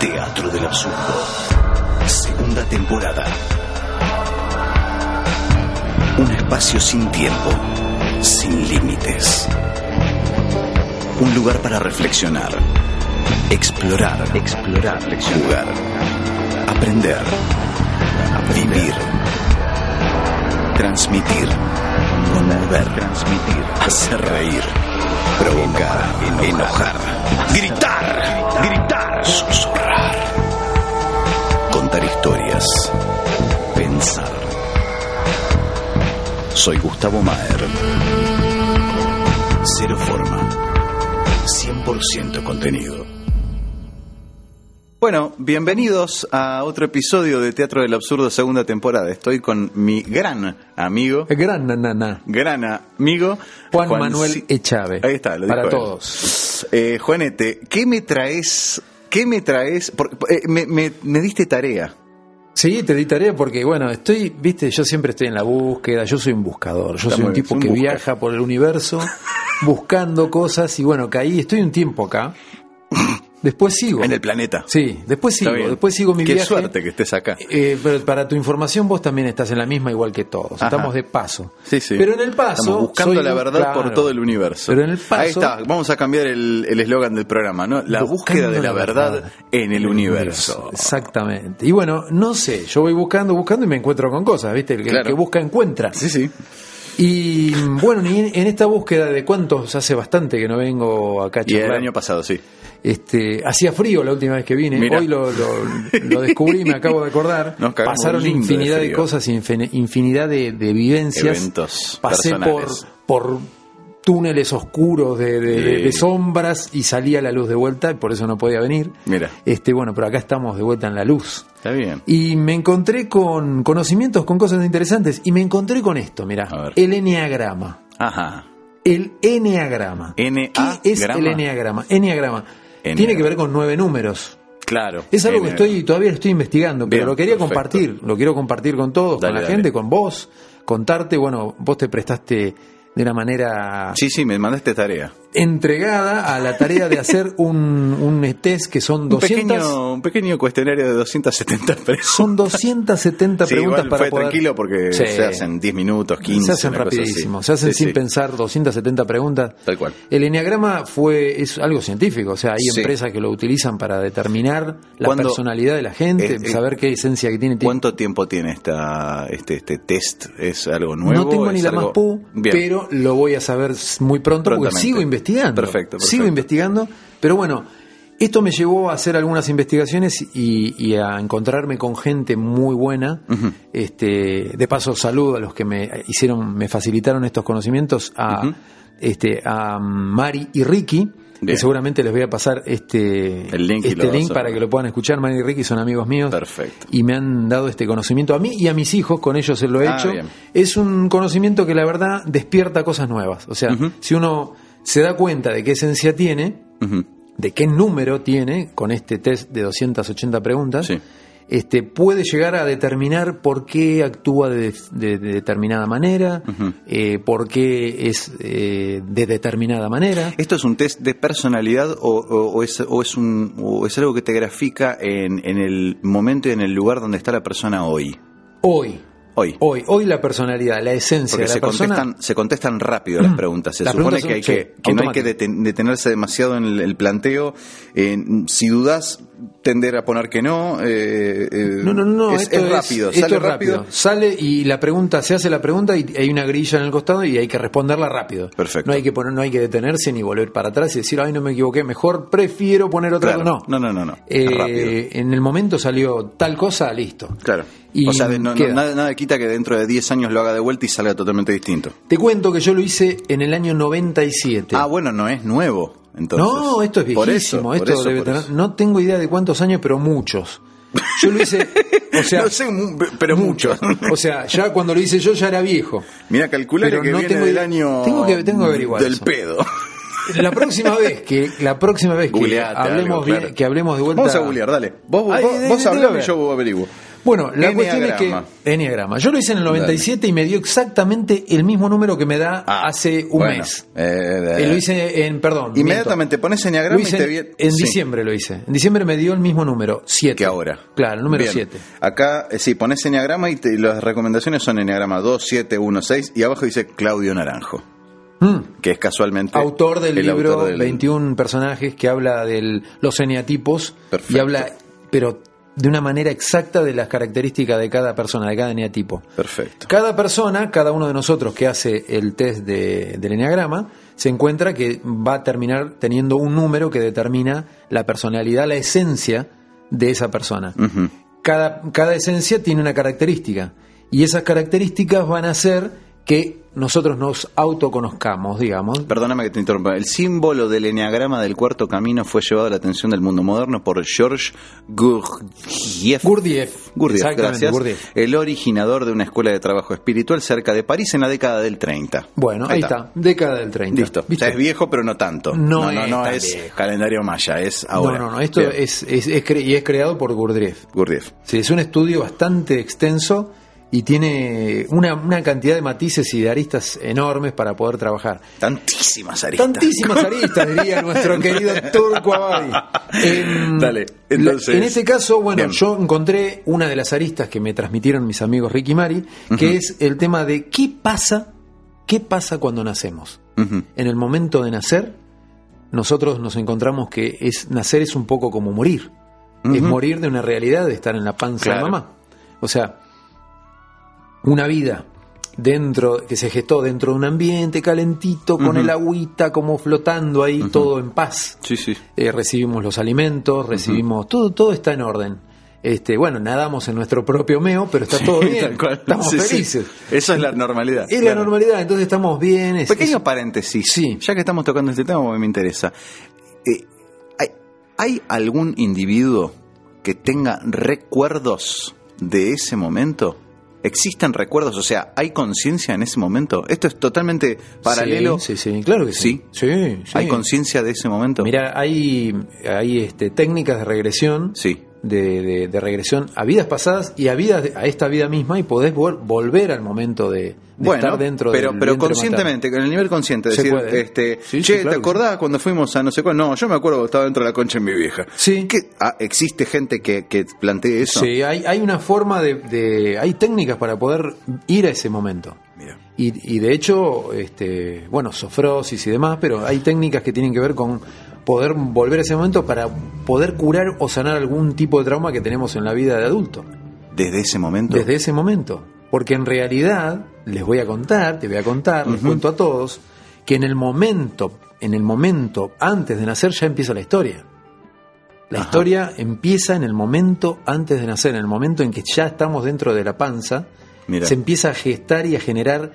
Teatro del Absurdo. Segunda temporada. Un espacio sin tiempo, sin límites. Un lugar para reflexionar, explorar, explorar, jugar, aprender, vivir, transmitir, conmover, transmitir, hacer reír, provocar, enojar, gritar, gritar, susurrar, contar historias, pensar. Soy Gustavo Maher. Cero forma. 100% contenido. Bueno, bienvenidos a otro episodio de Teatro del Absurdo segunda temporada. Estoy con mi gran amigo, El Gran nanana. gran amigo Juan, Manuel Ci- Echave. Ahí está, lo dijo Para él. todos. Eh, Juanete, ¿qué me traes? ¿Qué me traes? Por- eh, me, me- me diste tarea. Sí, te di tarea porque, bueno, estoy, viste, yo siempre estoy en la búsqueda, yo soy un buscador, yo Está soy muy un bien, tipo un que busca. viaja por el universo buscando cosas y, bueno, caí, estoy un tiempo acá. Después sigo. En el planeta. Sí, después Está sigo, bien. después sigo mi Qué viaje. suerte que estés acá. Eh, pero para tu información, vos también estás en la misma igual que todos. Ajá. Estamos de paso. Sí, sí. Pero en el paso. Estamos buscando soy la un- verdad por claro. todo el universo. Pero en el paso. Ahí está, vamos a cambiar el el eslogan del programa, ¿no? La búsqueda Buscando de la verdad, en el universo. Exactamente. Y bueno, no sé, yo voy buscando, buscando y me encuentro con cosas, ¿viste? El que, Claro. el que busca encuentra. Sí, sí. Y bueno, y en, en esta búsqueda de cuántos, hace bastante que no vengo acá a Y el charlar. año pasado, sí. Este, hacía frío la última vez que vine, Mirá. hoy lo, lo- lo descubrí, me acabo de acordar. Nos cagamos Pasaron lindo de infinidad de, frío. cosas, infin- infinidad de, de vivencias. Eventos Pasé por, personales. por túneles oscuros de, de- de- Sí. de sombras y salía la luz de vuelta, y por eso no podía venir. Mirá. Este, bueno, pero acá estamos de vuelta en la luz. Está bien. Y me encontré con conocimientos, con cosas interesantes, y me encontré con esto, A ver. mira, el enneagrama. Ajá. El enneagrama. Ene- ¿Qué es grama. el enneagrama? Enneagrama. Enneagrama. Tiene que ver con nueve números. Claro. Eh, Es algo que Ene- estoy todavía lo estoy investigando, pero Bien, lo quería perfecto. compartir. Lo quiero compartir con todos, Dale, con la dale. gente, con vos, contarte. Bueno, vos te prestaste de una manera Sí, sí, me mandaste tarea. entregada a la tarea de hacer un, un test que son Un 200, pequeño, un pequeño cuestionario de 270 preguntas. son 270 Sí, preguntas igual para fue poder- tranquilo porque Sí. se hacen 10 minutos, 15. se hacen una cosa así. rapidísimo, se hacen Sí, sin sí. pensar 270 preguntas. Tal cual. El enneagrama fue es algo científico, o sea, hay Sí. empresas que lo utilizan para determinar la ¿Cuándo- personalidad de la gente, Eh, eh, saber qué esencia que tiene. ¿Cuánto tiempo tiene esta, este, este test? ¿Es algo nuevo? No tengo ni ¿Es la algo- más pu, Bien. pero lo voy a saber muy pronto porque Prontamente. sigo investigando. Perfecto, perfecto. Sigo investigando, pero bueno, esto me llevó a hacer algunas investigaciones y, y a encontrarme con gente muy buena. Ujú. Este, de paso, saludo a los que me hicieron, me facilitaron estos conocimientos a, Ujú. este, a Mari y Ricky. Bien. Que seguramente les voy a pasar este, El link y lo este vas link a- para que lo puedan escuchar. Mari y Ricky son amigos míos Perfecto. y me han dado este conocimiento a mí y a mis hijos, con ellos se lo he Ah, hecho. bien. Es un conocimiento que la verdad despierta cosas nuevas. O sea, Ujú. si uno se da cuenta de qué esencia tiene, Ujú. de qué número tiene con este test de 280 preguntas, Sí. este, puede llegar a determinar por qué actúa de, de- de determinada manera, Ujú. eh, por qué es eh, de determinada manera. ¿Esto es un test de personalidad o, o- o es, o es un, o es algo que te grafica en, en el momento y en el lugar donde está la persona hoy? Hoy, Hoy. hoy, hoy la personalidad, la esencia Porque de la se, persona. Mm. contestan, se contestan rápido las preguntas. Se Las supone preguntas que, hay son- que, sí, que no hay que automáticas. deten- detenerse demasiado en el, el planteo. Eh, si dudas, tender a poner que no. eh, eh, No, no, no, Es, esto es rápido. esto sale es rápido. Sale y la pregunta, se hace la pregunta y hay una grilla en el costado y hay que responderla rápido. Perfecto. No hay que poner, no hay que detenerse ni volver para atrás y decir, ay, no me equivoqué, mejor prefiero poner otra Claro. cosa". No, no, no, no. Eh, Es rápido. en el momento salió tal cosa, listo. Claro. Y o sea, de- no- no- queda. nada, nada quita que dentro de 10 años lo haga de vuelta y salga totalmente distinto. Te cuento que yo lo hice en el año 97. Ah, bueno, no es nuevo. Entonces. no, esto es Por viejísimo. eso, por esto eso, debe por tener- eso. no tengo idea de cuántos años, pero muchos. Yo lo hice, o sea, No sé, mu- pero mucho. o sea, ya cuando lo hice yo ya era viejo. Mira, calcular Pero que no viene tengo del idea- año tengo que- tengo que averiguar del eso. pedo. La próxima vez que la próxima vez que Googleate hablemos algo, bien- claro. que hablemos de vuelta. Vamos a googlear, dale. Vos, vos, Ay, de- vos de- de- hablame de- y yo averiguo. Bueno, la cuestión Enneagrama. es que. Enneagrama. Yo lo hice en el 97 y me dio exactamente el mismo número que me da Ah, hace un bueno, mes. eh, eh, Eh, lo hice en. Perdón. Inmediatamente miento. pones enneagrama Lo hice y te en, viene- en sí. diciembre lo hice. En diciembre me dio el mismo número, 7. que ahora. Claro, el número Bien. 7. Acá, eh, sí, pones enneagrama y, te- y las recomendaciones son enneagrama 2, 7, 1, 6 y abajo dice Claudio Naranjo, que es casualmente. Mm, Autor del Eh, el libro autor del- 21 personajes que habla de los eneatipos Perfecto. y habla, pero de una manera exacta de las características de cada persona, de cada eneatipo. Perfecto. Cada persona, cada uno de nosotros que hace el test de- del enneagrama, se encuentra que va a terminar teniendo un número que determina la personalidad, la esencia de esa persona. Ujú. Cada, cada esencia tiene una característica y esas características van a hacer que nosotros nos autoconozcamos, digamos. Perdóname que te interrumpa. El símbolo del enneagrama del cuarto camino fue llevado a la atención del mundo moderno por George Gurdjieff. Gurdjieff. Gurdjieff, Exactamente, gracias. Gurdjieff. El originador de una escuela de trabajo espiritual cerca de París en la década del 30. Bueno, ahí, está. década del 30. Listo. ¿Viste? Ya es viejo, pero no tanto. No no, no, es tan es viejo. calendario maya, es no, ahora. no, no, esto Bien. es, es- es cre- y es creado por Gurdjieff. Gurdjieff. Sí, es un estudio bastante extenso y tiene una, una cantidad de matices y de aristas enormes para poder trabajar. Tantísimas aristas. Tantísimas aristas, diría nuestro querido Turco Abadi. Em, Dale, la- entonces- en este caso, bueno, Bien. yo encontré una de las aristas que me transmitieron mis amigos Ricky y Mari, que es el tema de qué pasa, qué pasa cuando nacemos. Ujú. En el momento de nacer, nosotros nos encontramos que es, nacer es un poco como morir. Es Ujú. morir de una realidad, de estar en la panza Claro. de mamá. O sea, una vida dentro que se gestó dentro de un ambiente calentito con Ujú. el agüita como flotando ahí todo en paz Sí, sí. Eh, recibimos los alimentos recibimos todo todo está en orden este bueno nadamos en nuestro propio meo pero está todo bien Tal cual. estamos Sí, sí. felices Eso es la normalidad. es la Claro. normalidad entonces estamos bien es- Pequeño es- paréntesis. Sí. Ya que estamos tocando este tema, me interesa. Eh, ¿hay, hay algún individuo que tenga recuerdos de ese momento? ¿Existen recuerdos? O sea, ¿hay conciencia en ese momento? Esto es totalmente paralelo. sí, sí, sí, claro que sí sí, sí. ¿Hay conciencia de ese momento? mira hay hay este técnicas de regresión Sí. de, de- de regresión a vidas pasadas y a vidas a esta vida misma y podés vol- volver al momento de, de Bueno, estar dentro pero, del pero vientre conscientemente, con el nivel consciente, Se decir, puede. este, Sí, sí, che, claro que ¿te acordás cuando fuimos a no sé cuál? No, yo me acuerdo que estaba dentro de la concha en mi vieja. Sí. ¿Qué- ah, ¿Existe gente que, que plantee eso? materno. Sí, hay, hay una forma de, de- hay técnicas para poder ir a ese momento. Mira. Y, y de hecho, este, bueno, sofrosis y demás, pero hay técnicas que tienen que ver con poder volver a ese momento para poder curar o sanar algún tipo de trauma que tenemos en la vida de adulto. Desde ese momento. Desde ese momento. Porque en realidad, les voy a contar, te voy a contar, les cuento a todos, que en el momento, en el momento antes de nacer ya empieza la historia. La Ajá. historia empieza en el momento antes de nacer, en el momento en que ya estamos dentro de la panza, Mira. se empieza a gestar y a generar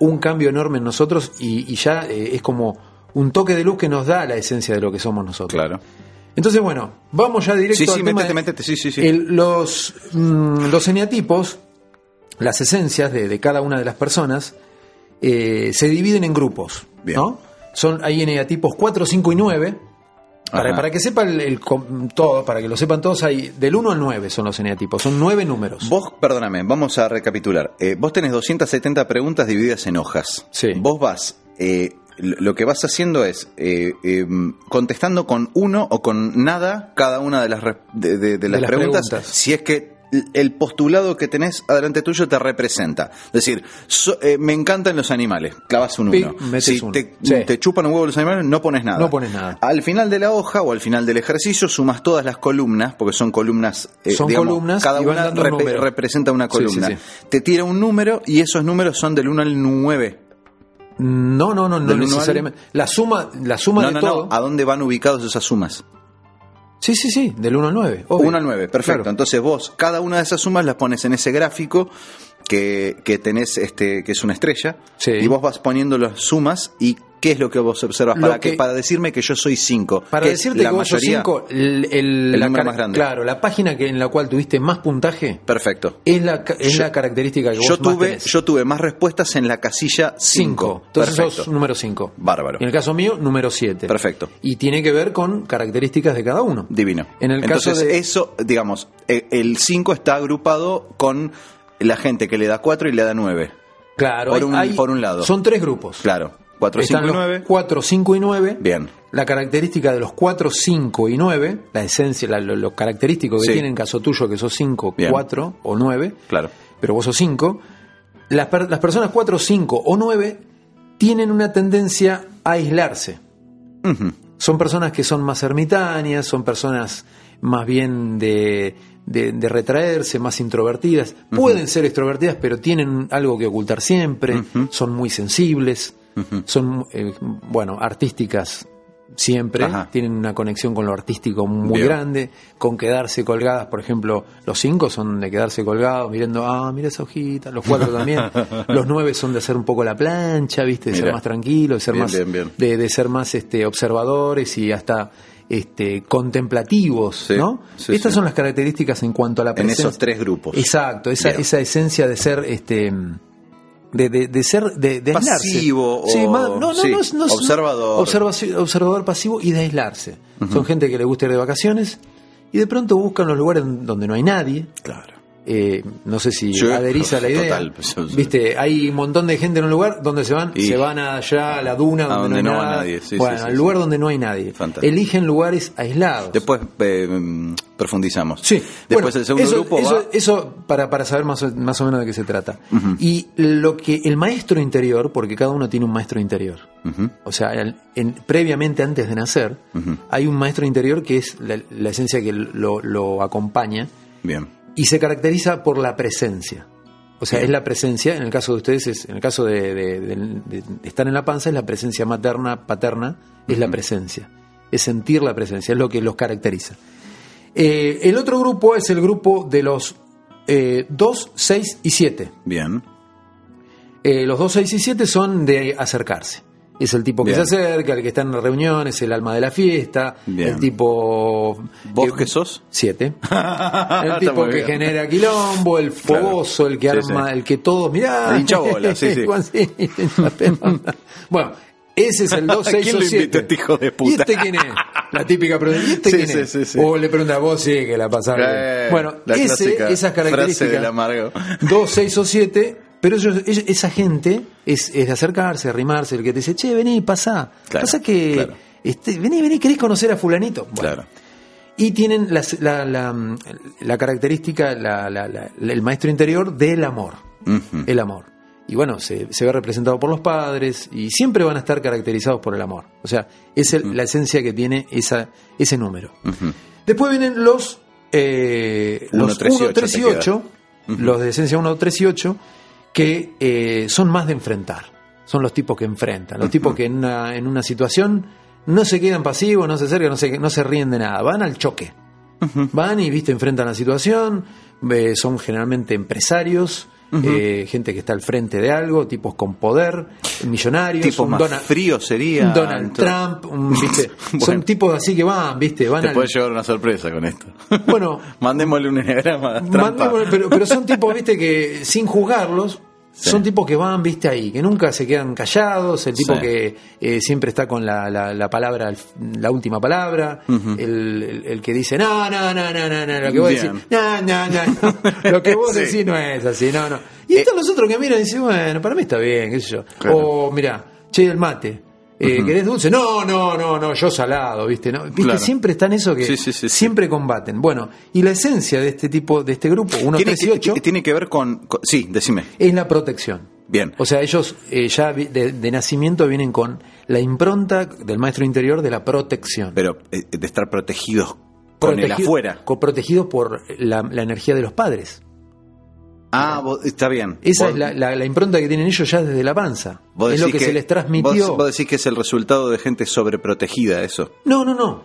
un cambio enorme en nosotros y, y ya eh, es como un toque de luz que nos da la esencia de lo que somos nosotros. Claro. Entonces, bueno, vamos ya directo Sí, al sí, tema métete, de- métete, sí, sí, sí. el- los, mm, los eneatipos, las esencias de, de cada una de las personas, eh, se dividen en grupos. Bien. ¿no? Son, hay eneatipos 4, 5 y 9. Para, Ajá. para que sepa el, el com- todo, para que lo sepan todos, hay del 1 al 9 son los eneatipos, son 9 números. Vos, perdóname, vamos a recapitular. Eh, vos tenés 270 preguntas divididas en hojas. Sí. Vos vas, eh, lo lo que vas haciendo es eh, eh, contestando con uno o con nada cada una de las, re- de, de- de las las preguntas, preguntas. si es que l- el postulado que tenés adelante tuyo te representa. Es decir, so- eh, me encantan los animales, clavas un Pic, uno. metes si uno. Te, Sí. te chupan un huevo los animales, no pones nada. No pones nada. Al final de la hoja o al final del ejercicio sumas todas las columnas, porque son columnas eh, Son columnas cada y van una dando un repe- número. representa una Sí, columna. sí, Te tira un número y esos números son del 1 al 9. No, no, no, no ¿Del uno al- necesariamente. La suma, la suma No, de no, todo. no. Ah. ¿A dónde van ubicados esas sumas? Sí, sí, sí, del 1 al 9. obvio. 1 al 9, perfecto. Claro. Entonces vos, cada una de esas sumas las pones en ese gráfico que, que tenés, este, que es una estrella, Sí. y vos vas poniendo las sumas y ¿Qué es lo que vos observas? Lo Para, que, que- para decirme que yo soy 5. Para decirte que vos sos cinco, el, el- el la número car- más grande. Claro, la página que, en la cual tuviste más puntaje Perfecto. es la, ca- es Yo- la característica que vos Yo más tuve, tenés. yo tuve más respuestas en la casilla 5. Cinco. Entonces sos número 5. Bárbaro. En el caso mío, número 7. Perfecto. Y tiene que ver con características de cada uno. Divino. En el Entonces, caso de eso, digamos, e- el 5 está agrupado con la gente que le da 4 y le da 9. Claro, por hay- un- hay- por un lado. Son tres grupos. Claro. 4, Están 5 y los 9. 4, 5 y 9. Bien. La característica de los 4, 5 y 9, la esencia, la- lo, lo característico que Sí. tiene en caso tuyo, que sos 5, Bien. 4 o 9, Claro. pero vos sos 5, las, per- las personas 4, 5 o 9 tienen una tendencia a aislarse. Ujú. Son personas que son más ermitañas, son personas más bien de, de- de retraerse, más introvertidas. Pueden ser extrovertidas, pero tienen algo que ocultar siempre, son muy sensibles, son, eh, bueno, artísticas siempre, Ajá. tienen una conexión con lo artístico muy Bien. grande, con quedarse colgadas, por ejemplo, los cinco son de quedarse colgados, mirando, ah, mira esa hojita, los cuatro también, los nueve son de hacer un poco la plancha, viste, de ser Mira. más tranquilos, de ser Bien, más bien, bien. de, de ser más este, observadores y hasta este, contemplativos, Sí, ¿no? sí, Estas sí. son las características en cuanto a la En presencia. esos tres grupos. Exacto, esa, Bien. esa esencia de ser este de, de- de ser de, de aislarse. Pasivo o- Sí, más- no, no, sí, no es- no es- observador. observaci- observador pasivo y de aislarse. Son gente que le gusta ir de vacaciones y de pronto buscan los lugares donde no hay nadie. Claro. Eh, no sé si Sí, adherís a la idea. total, pues, yo- Viste, hay un montón de gente en un lugar donde se van, Y- se van allá a la duna A donde, donde no, hay no va nada. nadie, sí, bueno, sí, sí, al lugar sí. donde no hay nadie. Fantástico. Eligen lugares aislados. Después eh, mm, profundizamos. Sí, Después bueno, el segundo eso, grupo eso, va. eso para, para saber más o, más o menos de qué se trata. Y lo que el maestro interior, porque cada uno tiene un maestro interior. Ujú, O sea, el- en- previamente antes de nacer, Ujú. hay un maestro interior que es la, la esencia que lo, lo acompaña Bien. y se caracteriza por la presencia. O sea, es la presencia, en el caso de ustedes, es, en el caso de, de- de- de estar en la panza, es la presencia materna, paterna, es la presencia. Es sentir la presencia, es lo que los caracteriza. Eh, el otro grupo es el grupo de los 2, 6 y 7. Bien. Eh, los 2, 6 y 7 son de acercarse. Es el tipo que Bien. se acerca, el que está en las reuniones, el alma de la fiesta, Bien. el tipo... ¿Vos eh, qué sos? Siete. El Está tipo muy que bien. genera quilombo, el fogoso, el que Sí, arma, sí. el que todos, mirá. El hincha bola, sí, sí. Juan, sí, la pelota. bueno, ese es el 2, ¿Quién 6 o lo invitó 7. este hijo de puta? ¿Y este quién es? La típica pregunta. ¿Y este Sí, quién es? sí, sí, sí. O le pregunta a vos, sí, que la pasaba bien. Eh, Bueno, la ese, clásica esas Frase del características. amargo. 2, 6 o 7. Pero ellos- ellos- esa gente es, es de acercarse, arrimarse, el que te dice, che, vení, pasá. Claro, pasá que. claro. este, vení, vení, ¿querés conocer a Fulanito? Bueno, Claro. y tienen las- la, la, la característica, la- la- la- la- el maestro interior del amor. Ujú. El amor. Y bueno, se, se ve representado por los padres y siempre van a estar caracterizados por el amor. O sea, es el- la esencia que tiene esa, ese número. Ujú. Después vienen los, eh, Uno, los tres y 1, ocho 3 y te queda. 8, los de esencia 1, 3 y 8, que eh, son más de enfrentar. Son los tipos que enfrentan, los tipos que en una, en una situación no se quedan pasivos, no se acercan, no se, no se ríen de nada, van al choque. Van y, viste, enfrentan la situación, eh, son generalmente empresarios, eh, gente que está al frente de algo, tipos con poder, millonarios, Tipo un más Donald- frío sería. un Donald entonces. Trump, un- ¿viste? son Bueno. tipos así que van, viste, van Te al- puede llevar una sorpresa con esto. Bueno, Mandémosle un enneagrama. Trampa. mandémosle- pero, pero son tipos, viste, que sin juzgarlos, Sí. son tipos que van, viste, ahí, que nunca se quedan callados, el tipo Sí. que eh, siempre está con la, la- la palabra, la última palabra, el, el- el que dice, no, no, no, no, no, no, lo que vos Bien. decís, no, no, no, no, lo que vos Sí. Eh. decís no es así, no, no. Y están los otros que miran y dicen, bueno, para mí está bien, qué sé yo. Claro. O, mirá, che, el mate. eh, ¿Querés dulce? No, no, no, no, yo salado, ¿viste? ¿no? ¿Viste? Claro. Siempre están eso que Sí, sí, sí, sí. siempre combaten. Bueno, y la esencia de este tipo, de este grupo, 1, Tiene 3 y que, 8, tiene que ver con, con- Sí, decime. es la protección. Bien. O sea, ellos eh, ya vi- de, de nacimiento vienen con la impronta del maestro interior de la protección. Pero eh, de estar protegidos con el Protegido- afuera. co- Protegido por la, la energía de los padres. Ah, vos- está bien. Esa Vos- es la, la- la impronta que tienen ellos ya desde la panza. vos Es lo decís que, se les transmitió. Vos, vos decís que es el resultado de gente sobreprotegida, eso. No, no, no.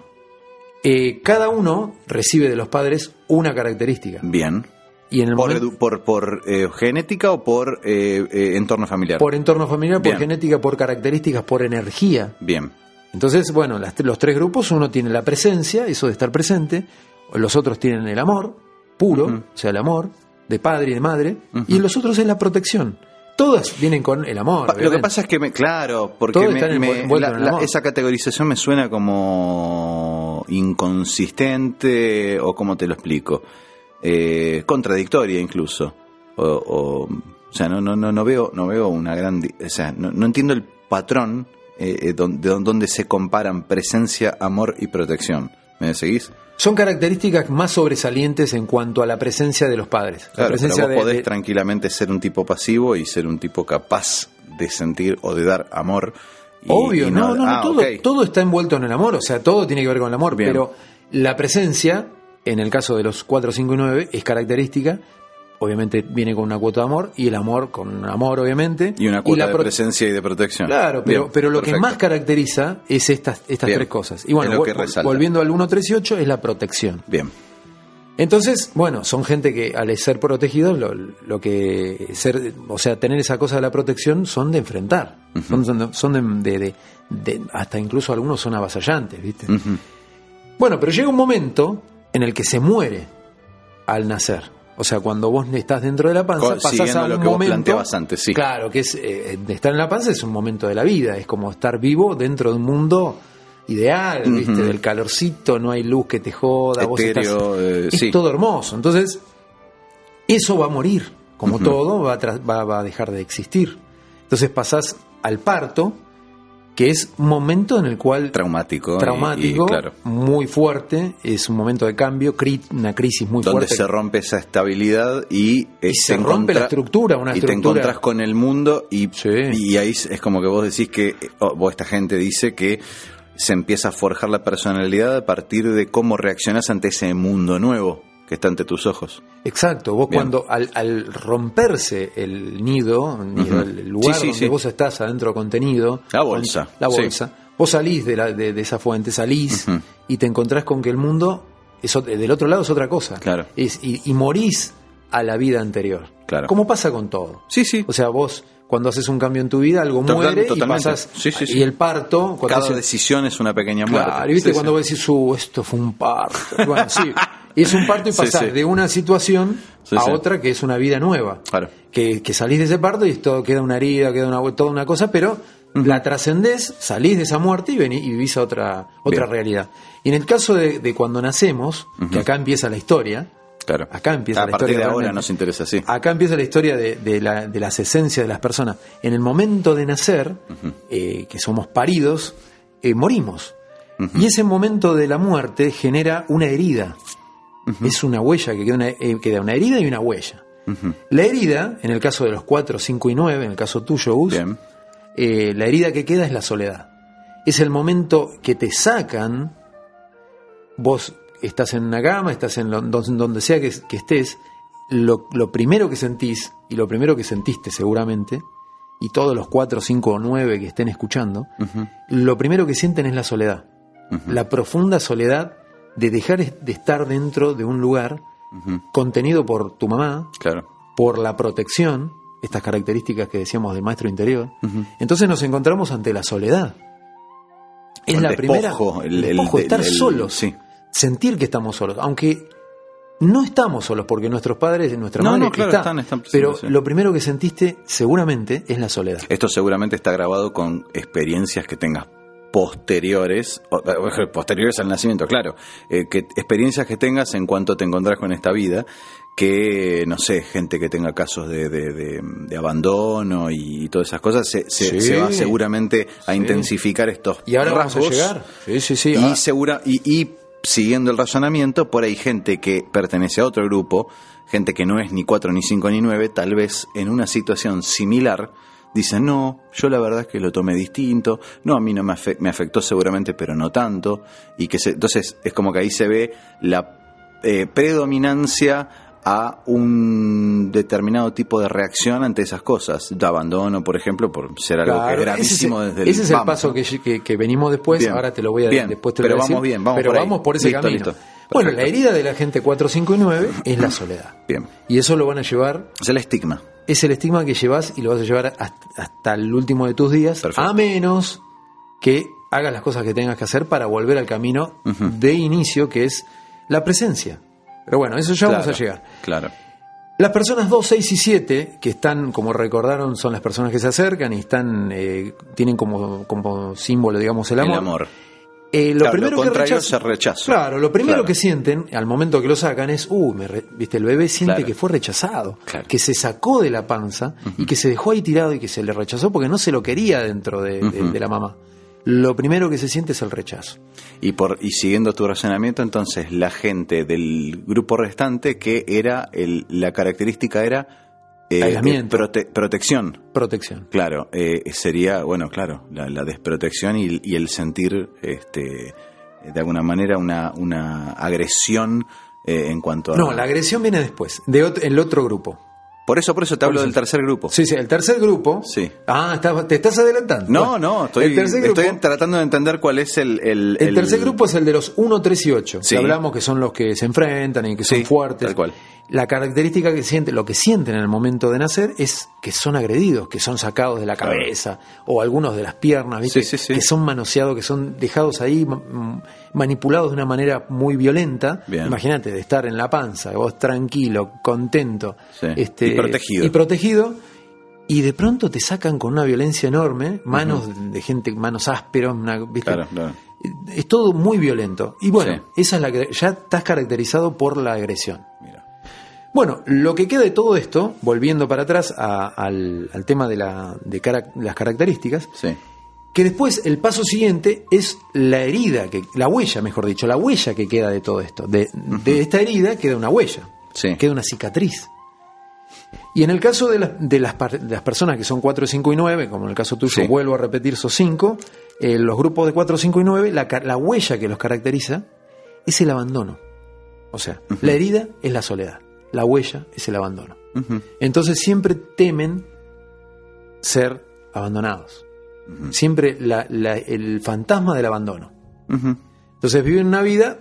Eh, cada uno recibe de los padres una característica. Bien. Y en el ¿Por, momento- edu- por, por, eh, genética o por eh, eh, entorno familiar? por entorno familiar, por Bien. genética, por características, por energía. Bien. Entonces, bueno, las- los tres grupos, uno tiene la presencia, eso de estar presente, los otros tienen el amor puro, Ujú. o sea, el amor de padre y de madre, Ujú. y los otros es la protección. Todas vienen con el amor. Pa- Lo que obviamente. pasa es que, me, claro, porque Todo me- está en el me- envuelto la- en el la- amor. esa categorización me suena como inconsistente o como te lo explico, Eh, contradictoria incluso. O, o, o sea, no, no, no, no veo, no veo una gran, di- o sea, no, no entiendo el patrón eh, eh, don- de don- donde se comparan presencia, amor y protección. ¿Me seguís? Son características más sobresalientes en cuanto a la presencia de los padres. la Claro, pero presencia vos de- podés de- tranquilamente ser un tipo pasivo y ser un tipo capaz de sentir o de dar amor. y- Obvio, y no, no, no, ah, todo, ok. todo está envuelto en el amor, o sea, todo tiene que ver con el amor, Bien. pero la presencia, en el caso de los 4, 5 y 9, es característica, obviamente viene con una cuota de amor, y el amor con amor, obviamente. Y una cuota la de pro- presencia y de protección. Claro, pero, Bien, pero lo que perfecto. más caracteriza es estas, estas Bien. tres cosas. Y bueno, Es lo que vol- resalta. volviendo al 1.38, es la protección. Bien, Entonces, bueno, son gente que al ser protegidos, lo, lo que ser, o sea, tener esa cosa de la protección son de enfrentar, Son- son, son de, de- de- de- hasta incluso algunos son avasallantes, ¿viste? Ujú. Bueno, pero llega un momento en el que se muere al nacer. O sea, cuando vos estás dentro de la panza, Co- pasás siguiendo a un lo que vos momento. planteabas antes, sí. Claro, que es eh, de estar en la panza es un momento de la vida, es como estar vivo dentro de un mundo ideal, Ujú. ¿viste? Del calorcito, no hay luz que te joda, vos estás- Etéreo, eh, es sí. todo hermoso. Entonces, eso va a morir, como Ujú. todo, va a, tras- va- va a dejar de existir. Entonces pasás al parto, que es un momento en el cual traumático. y- traumático, y claro. muy fuerte, es un momento de cambio, cri- una crisis muy Donde fuerte. se rompe esa estabilidad y, eh, y se te rompe encontra- la estructura, una y te estructura. encontrás con el mundo y, Sí. y ahí es como que vos decís que, eh, o vos esta gente dice que se empieza a forjar la personalidad a partir de cómo reaccionás ante ese mundo nuevo que está ante tus ojos. Exacto, vos Bien. cuando al, al romperse el nido, el nido, Ujú. el lugar Sí, sí, donde sí. vos estás adentro contenido, La bolsa, la sí. bolsa, vos salís de, la- de- de esa fuente, salís Ujú. y te encontrás con que el mundo es ot- del otro lado es otra cosa, Claro. Es- y, y morís a la vida anterior, Claro. como pasa con todo. Sí, sí. O sea, vos cuando haces un cambio en tu vida, algo Total- muere y totalmente. pasas Sí, sí, sí. y el parto, cuando Cada haces- decisión es una pequeña muerte. Claro, y viste Sí, cuando sí. vos decís, "Uh, esto fue un parto. Bueno, sí, es un parto y Sí, pasar sí. de una situación Sí, a sí. otra que es una vida nueva. Claro. Que, que salís de ese parto y todo queda una herida, queda una, toda una cosa, pero la trascendés, salís de esa muerte y, vení- y vivís a otra, otra Bien. realidad. Y en el caso de, de cuando nacemos, que acá empieza la historia, Claro. acá empieza a la partir historia de ahora realmente. nos interesa, sí. Acá empieza la historia de, de la- de las esencias de las personas. En el momento de nacer, eh, que somos paridos, eh, morimos. Y ese momento de la muerte genera una herida. Es una huella que queda una, eh, queda una herida y una huella. Ujú. La herida, en el caso de los 4, 5 y 9, en el caso tuyo, Gus, Bien. eh, la herida que queda es la soledad. Es el momento que te sacan, vos estás en una cama, estás en lo- don- donde sea que, que estés, lo, lo primero que sentís, y lo primero que sentiste seguramente, y todos los cuatro, cinco o nueve que estén escuchando, Ujú. lo primero que sienten es la soledad. La profunda soledad de dejar es- de estar dentro de un lugar Ujú. contenido por tu mamá, Claro. por la protección, estas características que decíamos del maestro interior, entonces nos encontramos ante la soledad. Es El la despojo, primera el, el- el- despojo, estar el- el- solos, sí. sentir que estamos solos, aunque no estamos solos porque nuestros padres, nuestra No, madre no, claro, está, están- están presentes, pero sí. lo primero que sentiste seguramente es la soledad. Esto seguramente está grabado con experiencias que tengas posteriores, o- o- posteriores al nacimiento, claro, eh, que experiencias que tengas en cuanto te encontrás con esta vida, que no sé, gente que tenga casos de, de- de- de abandono y, todas esas cosas, se, se- Sí. se va seguramente a Sí. intensificar estos Y ahora rasgos. vamos a llegar. Sí, sí, sí. y ah, segura y, y siguiendo el razonamiento por ahí gente que pertenece a otro grupo gente que no es ni cuatro ni cinco ni nueve tal vez en una situación similar dicen no yo la verdad es que lo tomé distinto no a mí no me, afe- me afectó seguramente pero no tanto y que se- entonces es como que ahí se ve la eh, predominancia a un determinado tipo de reacción ante esas cosas de abandono por ejemplo por ser algo que Ah, claro, es gravísimo ese es, desde el ese es el vamos, paso ¿no? que, que- que venimos después, Bien, ahora te lo voy a bien, después te lo pero voy a vamos decir, bien, vamos pero por ahí. vamos por ese Listo, camino. listo. Bueno, la herida de la gente 459 es la soledad. Bien. Y eso lo van a llevar, Es el estigma. es el estigma que llevas y lo vas a llevar hasta, hasta el último de tus días, Perfecto. a menos que hagas las cosas que tengas que hacer para volver al camino de inicio, que es la presencia. Pero bueno, eso ya vamos a Claro, llegar. Claro. Las personas 2, 6 y 7, que están, como recordaron, son las personas que se acercan y están eh, tienen como, como símbolo, digamos, el El amor. amor. Eh, lo Claro, primero lo que contrario rechazan- es el rechazo. Claro, lo primero Claro. que sienten al momento que lo sacan es, uh, me re- viste, el bebé siente Claro. que fue rechazado, Claro. que se sacó de la panza y que se dejó ahí tirado y que se le rechazó porque no se lo quería dentro de, de- Ujú. de la mamá. Lo primero que se siente es el rechazo. Y, por, y siguiendo tu razonamiento, entonces la gente del grupo restante que era, el, la característica era eh, Aislamiento. prote- protección. Protección. Claro, eh, sería, bueno, claro, la, la desprotección y, y el sentir, este, de alguna manera, una, una agresión eh, en cuanto a... No, la agresión viene después, de ot- el otro grupo. Por eso, por eso te hablo eso. del tercer grupo. Sí, sí, el tercer grupo. Sí. Ah, está- te estás adelantando. No, Bueno, no, estoy, el tercer grupo, estoy tratando de entender cuál es el... El, el tercer grupo es el de los 1, 3 y 8. Sí. Que hablamos que son los que se enfrentan y que son Sí, fuertes. tal cual. La característica que sienten, lo que sienten en el momento de nacer es que son agredidos, que son sacados de la Claro. cabeza o algunos de las piernas, ¿viste? Sí, sí, sí. que son manoseados, que son dejados ahí, ma- mm, manipulados de una manera muy violenta. Bien. Imagínate, de estar en la panza, vos tranquilo, contento Sí. este, Y protegido. y protegido, y de pronto te sacan con una violencia enorme, manos de gente, manos ásperas, una- ¿viste? Claro, claro. es todo muy violento. Y bueno, Sí. esa es la que ya estás caracterizado por la agresión. Mira. Bueno, lo que queda de todo esto, volviendo para atrás a- al, al tema de, la- de cara- las características, Sí, que después el paso siguiente es la herida, que, la huella, mejor dicho, la huella que queda de todo esto. De, de esta herida queda una huella, Sí. queda una cicatriz. Y en el caso de, las- de las, par- de las personas que son 4, 5 y 9, como en el caso tuyo, Sí. vuelvo a repetir, son 5, eh, los grupos de 4, 5 y 9, la, ca- la huella que los caracteriza es el abandono. O sea, la herida es la soledad, la huella es el abandono. Ujú. Entonces siempre temen ser abandonados. Siempre la- la- el fantasma del abandono. Ujú. Entonces viven una vida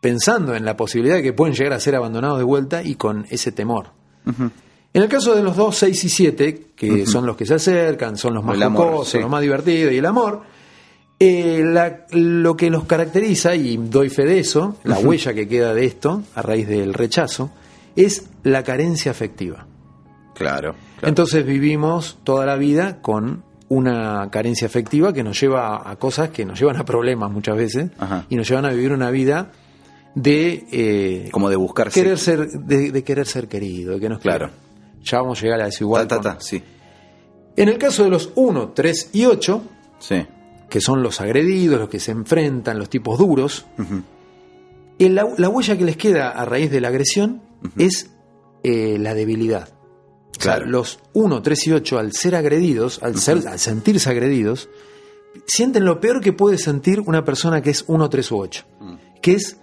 pensando en la posibilidad de que pueden llegar a ser abandonados de vuelta y con ese temor. En el caso de los 2, 6 y 7, que son los que se acercan, son los más El amor, jocosos, sí. los más divertidos y el amor, eh, la- lo que los caracteriza, y doy fe de eso, la huella que queda de esto a raíz del rechazo, es la carencia afectiva. Claro, claro. Entonces vivimos toda la vida con una carencia afectiva que nos lleva a- a cosas que nos llevan a problemas muchas veces Ajá. y nos llevan a vivir una vida de eh, Como de buscarse. querer ser de, de querer ser querido, de que nos Claro. quieran. Ya vamos a llegar a la Ta, desigualdad. ta, ta, sí, En el caso de los 1, 3 y 8, sí. que son los agredidos, los que se enfrentan, los tipos duros, el- la, la huella que les queda a raíz de la agresión es eh, la debilidad. O sea, Claro. los 1, 3 y 8, al ser agredidos, al, ser- al sentirse agredidos, sienten lo peor que puede sentir una persona que es 1, 3 u 8, Mm. que es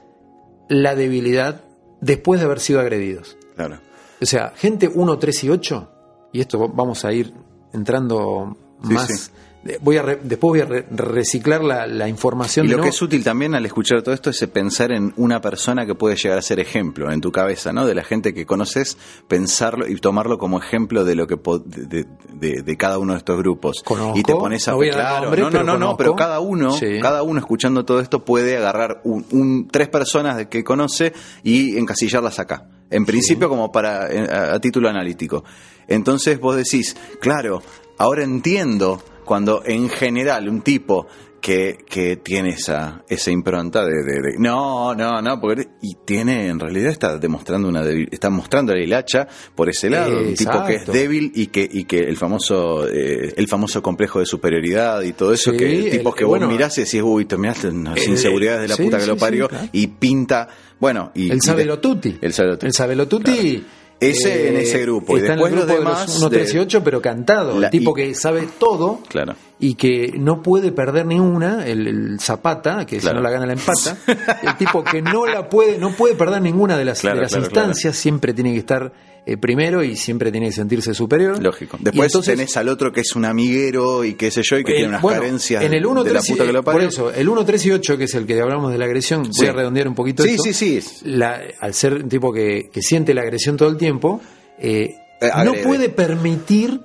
la debilidad después de haber sido agredidos. Claro. O sea, gente 1, 3 y 8, y esto va- vamos a ir entrando Sí, más. sí. de- Voy a re- después voy a re- reciclar la, la información Y lo de que nuevo. es útil también al escuchar todo esto es pensar en una persona que puede llegar a ser ejemplo en tu cabeza, ¿no? De la gente que conoces, pensarlo y tomarlo como ejemplo de lo que po- de, de- de cada uno de estos grupos. Conozco, y te pones a no voy a dar claro, nombres, no, no, pero no, no, conozco. pero cada uno, Sí. cada uno escuchando todo esto puede agarrar un, un- tres personas de que conoce y encasillarlas acá. En principio como para eh, a, a título analítico. Entonces vos decís, claro, ahora entiendo cuando en general un tipo que, que tiene esa, esa impronta de, de- de, no, no, no, porque y tiene en realidad está demostrando una debil- está mostrando la hilacha por ese lado, un tipo que es Exacto. débil y que, y que el famoso, eh, el famoso complejo de superioridad y todo eso, Sí, que el- tipos que bueno, vos mirás y decís, uy, te mirás las el- inseguridades de la sí, puta que sí, lo parió sí, claro. y pinta, bueno, y el y de- Sabelotuti. el Sabelotuti. El Sabelotuti. Claro. Ese en ese grupo, y Eh, Está en después el los grupo de demás los 1, de- 3 y 8, pero cantado. La- el tipo y- que sabe todo Claro. y que no puede perder ninguna, el, el Zapata, que Claro. si no la gana la empata, el tipo que no la puede, no puede perder ninguna de las, Claro, de las claro, instancias, siempre tiene que estar eh, primero y siempre tiene que sentirse superior. Lógico. Y Después entonces, tenés al otro que es un amiguero y qué sé yo, y que eh, tiene unas bueno, carencias en el 1, de la puta que lo eh, por parió. eso, el 1, 3 y 8, que es el que hablamos de la agresión, Sí. voy a redondear un poquito Sí, esto. sí, sí. es- La- al ser un tipo que, que siente la agresión todo el tiempo, eh, Eh, no agrede. puede permitir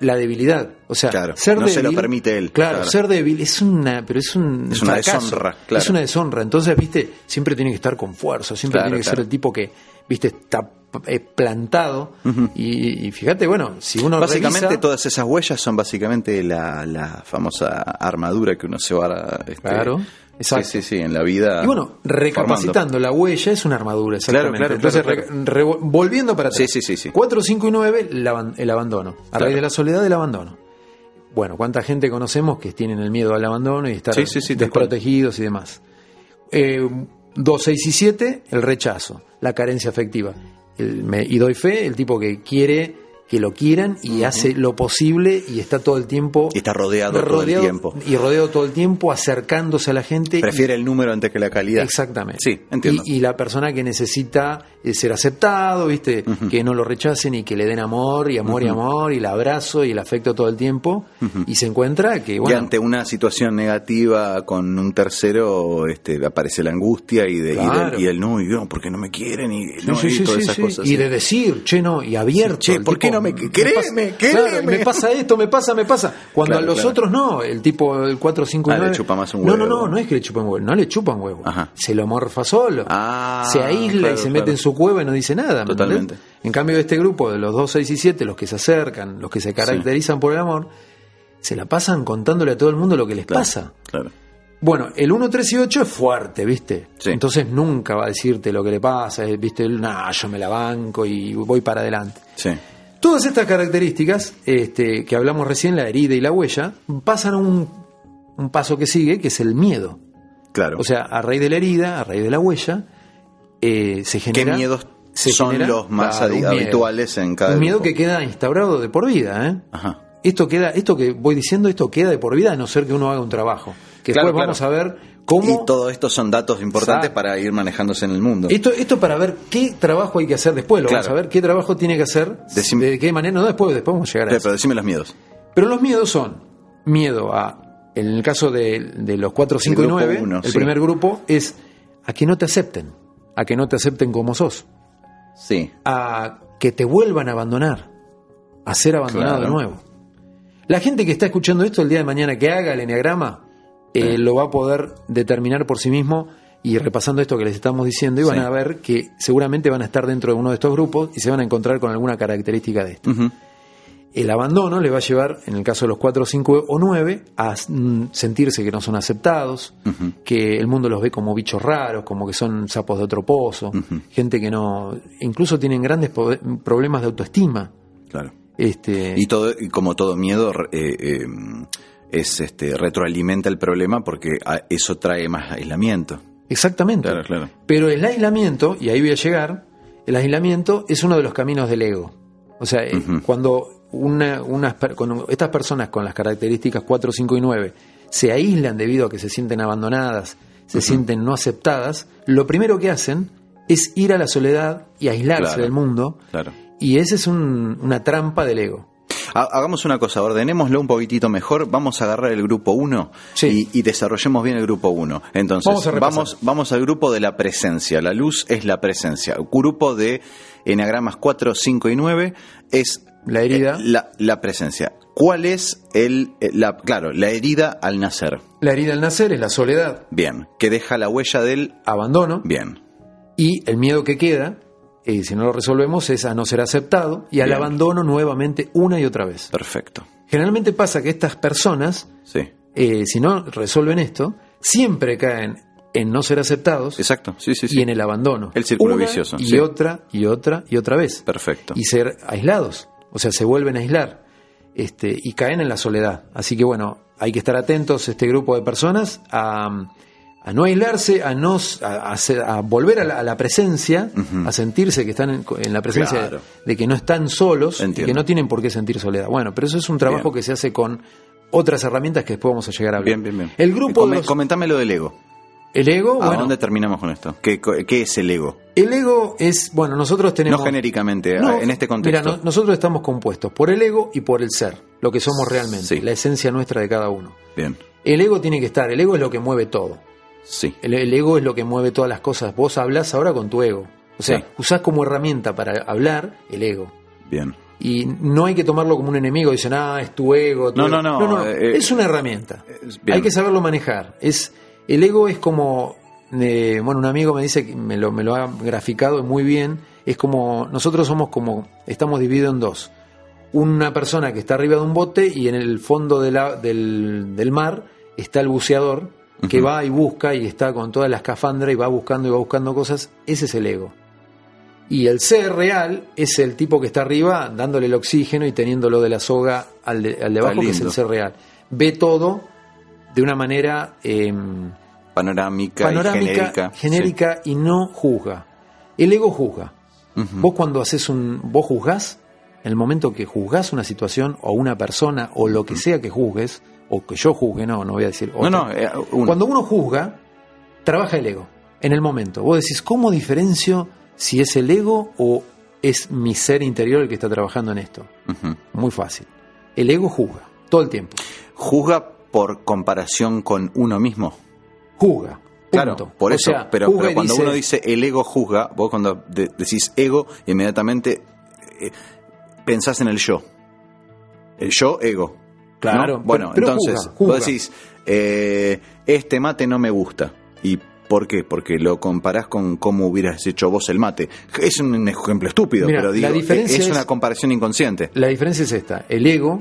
la debilidad. O sea, Claro, ser no se lo débil- permite él, Claro, claro. ser débil es una, pero es un Es una fracaso, deshonra, claro. Es una deshonra. Entonces, viste, siempre tiene que estar con fuerza, siempre Claro, tiene que claro. ser el tipo que, viste, está eh, plantado. y, y fíjate, bueno, si uno Básicamente revisa- todas esas huellas son básicamente la, la famosa armadura que uno se va este, Claro, exacto. Sí, sí, sí, en la vida. Y bueno, recapacitando, la huella es una armadura, exactamente. Claro, claro, Entonces, claro, re- revo- volviendo para atrás. Sí, sí, sí, sí. 4, 5 y 9, el, aban- el abandono. A Claro. raíz de la soledad, el abandono. Bueno, ¿cuánta gente conocemos que tienen el miedo al abandono y estar Sí, sí, sí, tal cual. desprotegidos y demás? Eh, 2, 6 y 7, el rechazo, la carencia afectiva. El me- y doy fe, el tipo que quiere que lo quieran y hace lo posible y está todo el tiempo... Y está rodeado todo el tiempo. Y rodeado todo el tiempo, acercándose a la gente. y- Prefiere el número antes que la calidad. Exactamente. Sí, entiendo. Y, y la persona que necesita eh, ser aceptado, ¿viste? Que no lo rechacen y que le den amor y amor y amor y el abrazo y el afecto todo el tiempo. Y se encuentra que, Y bueno, ante una situación negativa con un tercero este, aparece la angustia y, de, y del- Claro. y del, no, y yo, porque no me quieren y, sí, no, sí, y sí, todas sí, esas sí. cosas. Y sí. de decir, che, no, y abierto. Che, el ¿por qué no me- créeme, pasa- claro, créeme. me pasa esto, me pasa, me pasa. Cuando Claro, a los claro. otros no, el tipo, el 4, 5 y Ah, le 9. chupa más un No, huevo. no, no, no es que le chupan huevo, no le chupan huevo. Ajá. Se lo morfa solo. Ah, se aísla claro, y se claro. mete en su cueva y no dice nada. ¿me Totalmente. entendés? En cambio, este grupo de los 2, 6 y 7, los que se acercan, los que se caracterizan por el amor, se la pasan contándole a todo el mundo lo que les Claro, pasa. Claro. Bueno, el 1, 3 y 8 es fuerte, ¿viste? Sí. Entonces nunca va a decirte lo que le pasa, eh, ¿viste? Él, nah, yo me la banco y voy para adelante. Sí. Todas estas características este, que hablamos recién, la herida y la huella, pasan a un, un paso que sigue, que es el miedo. Claro. O sea, a raíz de la herida, a raíz de la huella, eh, se ¿Qué genera... miedos se son genera, los más claro, adi- un miedo. habituales en cada Un miedo grupo? que queda instaurado de por vida, ¿eh? Ajá. Esto queda, esto que voy diciendo, esto queda de por vida a no ser que uno haga un trabajo. Que Claro, después claro. vamos a ver cómo. Y todo esto son datos importantes Exacto. para ir manejándose en el mundo. Esto, esto para ver qué trabajo hay que hacer después, lo Claro. vamos a ver, qué trabajo tiene que hacer, Decime- de qué manera, no después, después vamos a llegar a Pero, eso. pero decime los miedos. Pero los miedos son miedo a, en el caso de, de los 4, 5 y grupo 9, uno, el sí. primer grupo es a que no te acepten, a que no te acepten como sos, Sí. a que te vuelvan a abandonar, a ser abandonado Claro. de nuevo. La gente que está escuchando esto el día de mañana que haga el enneagrama eh, lo va a poder determinar por sí mismo y repasando esto que les estamos diciendo, y van Sí. a ver que seguramente van a estar dentro de uno de estos grupos y se van a encontrar con alguna característica de esto. Ujú. El abandono le va a llevar, en el caso de los 4, 5 o 9, a mm, sentirse que no son aceptados, que el mundo los ve como bichos raros, como que son sapos de otro pozo, gente que no. Incluso tienen grandes po- problemas de autoestima. Claro. Este, Y todo, y como todo miedo, re- eh, eh, es este retroalimenta el problema porque a- eso trae más aislamiento. exactamente. Claro, claro. Pero el aislamiento, y ahí voy a llegar, el aislamiento es uno de los caminos del ego. O sea, eh, cuando una- unas per- cuando estas personas con las características 4, 5 y 9 se aíslan debido a que se sienten abandonadas, se sienten no aceptadas, lo primero que hacen es ir a la soledad y aislarse Claro, del mundo. claro. Y esa es un- una trampa del ego. Ha- Hagamos una cosa, ordenémoslo un poquitito mejor. Vamos a agarrar el grupo 1 Sí. y, y desarrollemos bien el grupo 1. Entonces, Vamos a repasar. vamos, vamos al grupo de la presencia. La luz es la presencia. Grupo de enagramas 4, 5 y 9 es La herida. eh, la, la presencia. ¿Cuál es el, eh, la, claro, la herida al nacer? La herida al nacer es la soledad, Bien. Que deja la huella del abandono. bien. Y el miedo que queda, eh, si no lo resolvemos, es a no ser aceptado y al Bien. abandono nuevamente una y otra vez. Perfecto. Generalmente pasa que estas personas, Sí. eh, si no resuelven esto, siempre caen en no ser aceptados Exacto. Sí, sí, sí. y en el abandono. El círculo Una vicioso, Y sí. otra y otra y otra vez. Perfecto. Y ser aislados, o sea, se vuelven a aislar este, y caen en la soledad. Así que bueno, hay que estar atentos este grupo de personas a, a no aislarse, a, no, s- a, a ser- a volver a la, a la presencia, a sentirse que están en, en la presencia Claro. de, que no están solos Entiendo. y que no tienen por qué sentir soledad. Bueno, pero eso es un trabajo Bien. que se hace con otras herramientas que después vamos a llegar a ver. Bien, bien, bien. El grupo Come- de los- Comentame lo del ego. el ego, ¿A bueno, Ah, dónde terminamos con esto? ¿Qué, co- qué es el ego? el ego es, bueno, nosotros tenemos no genéricamente, No, a- en este contexto. Mira, no- nosotros estamos compuestos por el ego y por el ser, lo que somos realmente, Sí. la esencia nuestra de cada uno. Bien, El ego tiene que estar, el ego es lo que mueve todo. sí. El, el ego es lo que mueve todas las cosas. Vos hablás ahora con tu ego. O sea, Sí. usás como herramienta para hablar el ego. Bien. Y no hay que tomarlo como un enemigo. Dicen, ah, es tu ego. tu No, ego". no, no, eh, es una herramienta. es- bien. Hay que saberlo manejar. Es, el ego es como. eh, bueno, un amigo me dice que me lo, me lo ha graficado muy bien. Es como. Nosotros somos como. Estamos divididos en dos. Una persona que está arriba de un bote y en el fondo de la- del, del mar está el buceador que Ujú. va y busca y está con toda la escafandra y va buscando y va buscando cosas. Ese es el ego. Y el ser real es el tipo que está arriba dándole el oxígeno y teniéndolo de la soga al de, al de Está abajo, que es lindo. el ser real. Ve todo de una manera eh, Panorámica, y genérica. panorámica, genérica, y no juzga. El ego juzga. Sí. Ujú. Vos cuando haces un... Vos juzgás, en el momento que juzgás una situación o una persona o lo que sea que juzgues, o que yo juzgue, no, no voy a decir... No, otro. no, eh, uno. Cuando uno juzga, trabaja el ego en el momento. Vos decís, ¿cómo diferencio si es el ego o es mi ser interior el que está trabajando en esto? Ujú. Muy fácil. El ego juzga, todo el tiempo. Juzga por comparación con uno mismo. Juzga. punto. Claro, por O eso. sea, pero juzga pero y cuando uno dice el ego juzga, vos cuando de- decís ego, inmediatamente eh, pensás en el yo. El yo, ego. Claro, ¿no? Bueno, pero- pero entonces, juzga, juzga. vos decís, eh, este mate no me gusta. ¿Y por qué? Porque lo comparás con cómo hubieras hecho vos el mate. Es un ejemplo estúpido, Mira, pero la digo, diferencia es, es- una comparación inconsciente. La diferencia es esta. El ego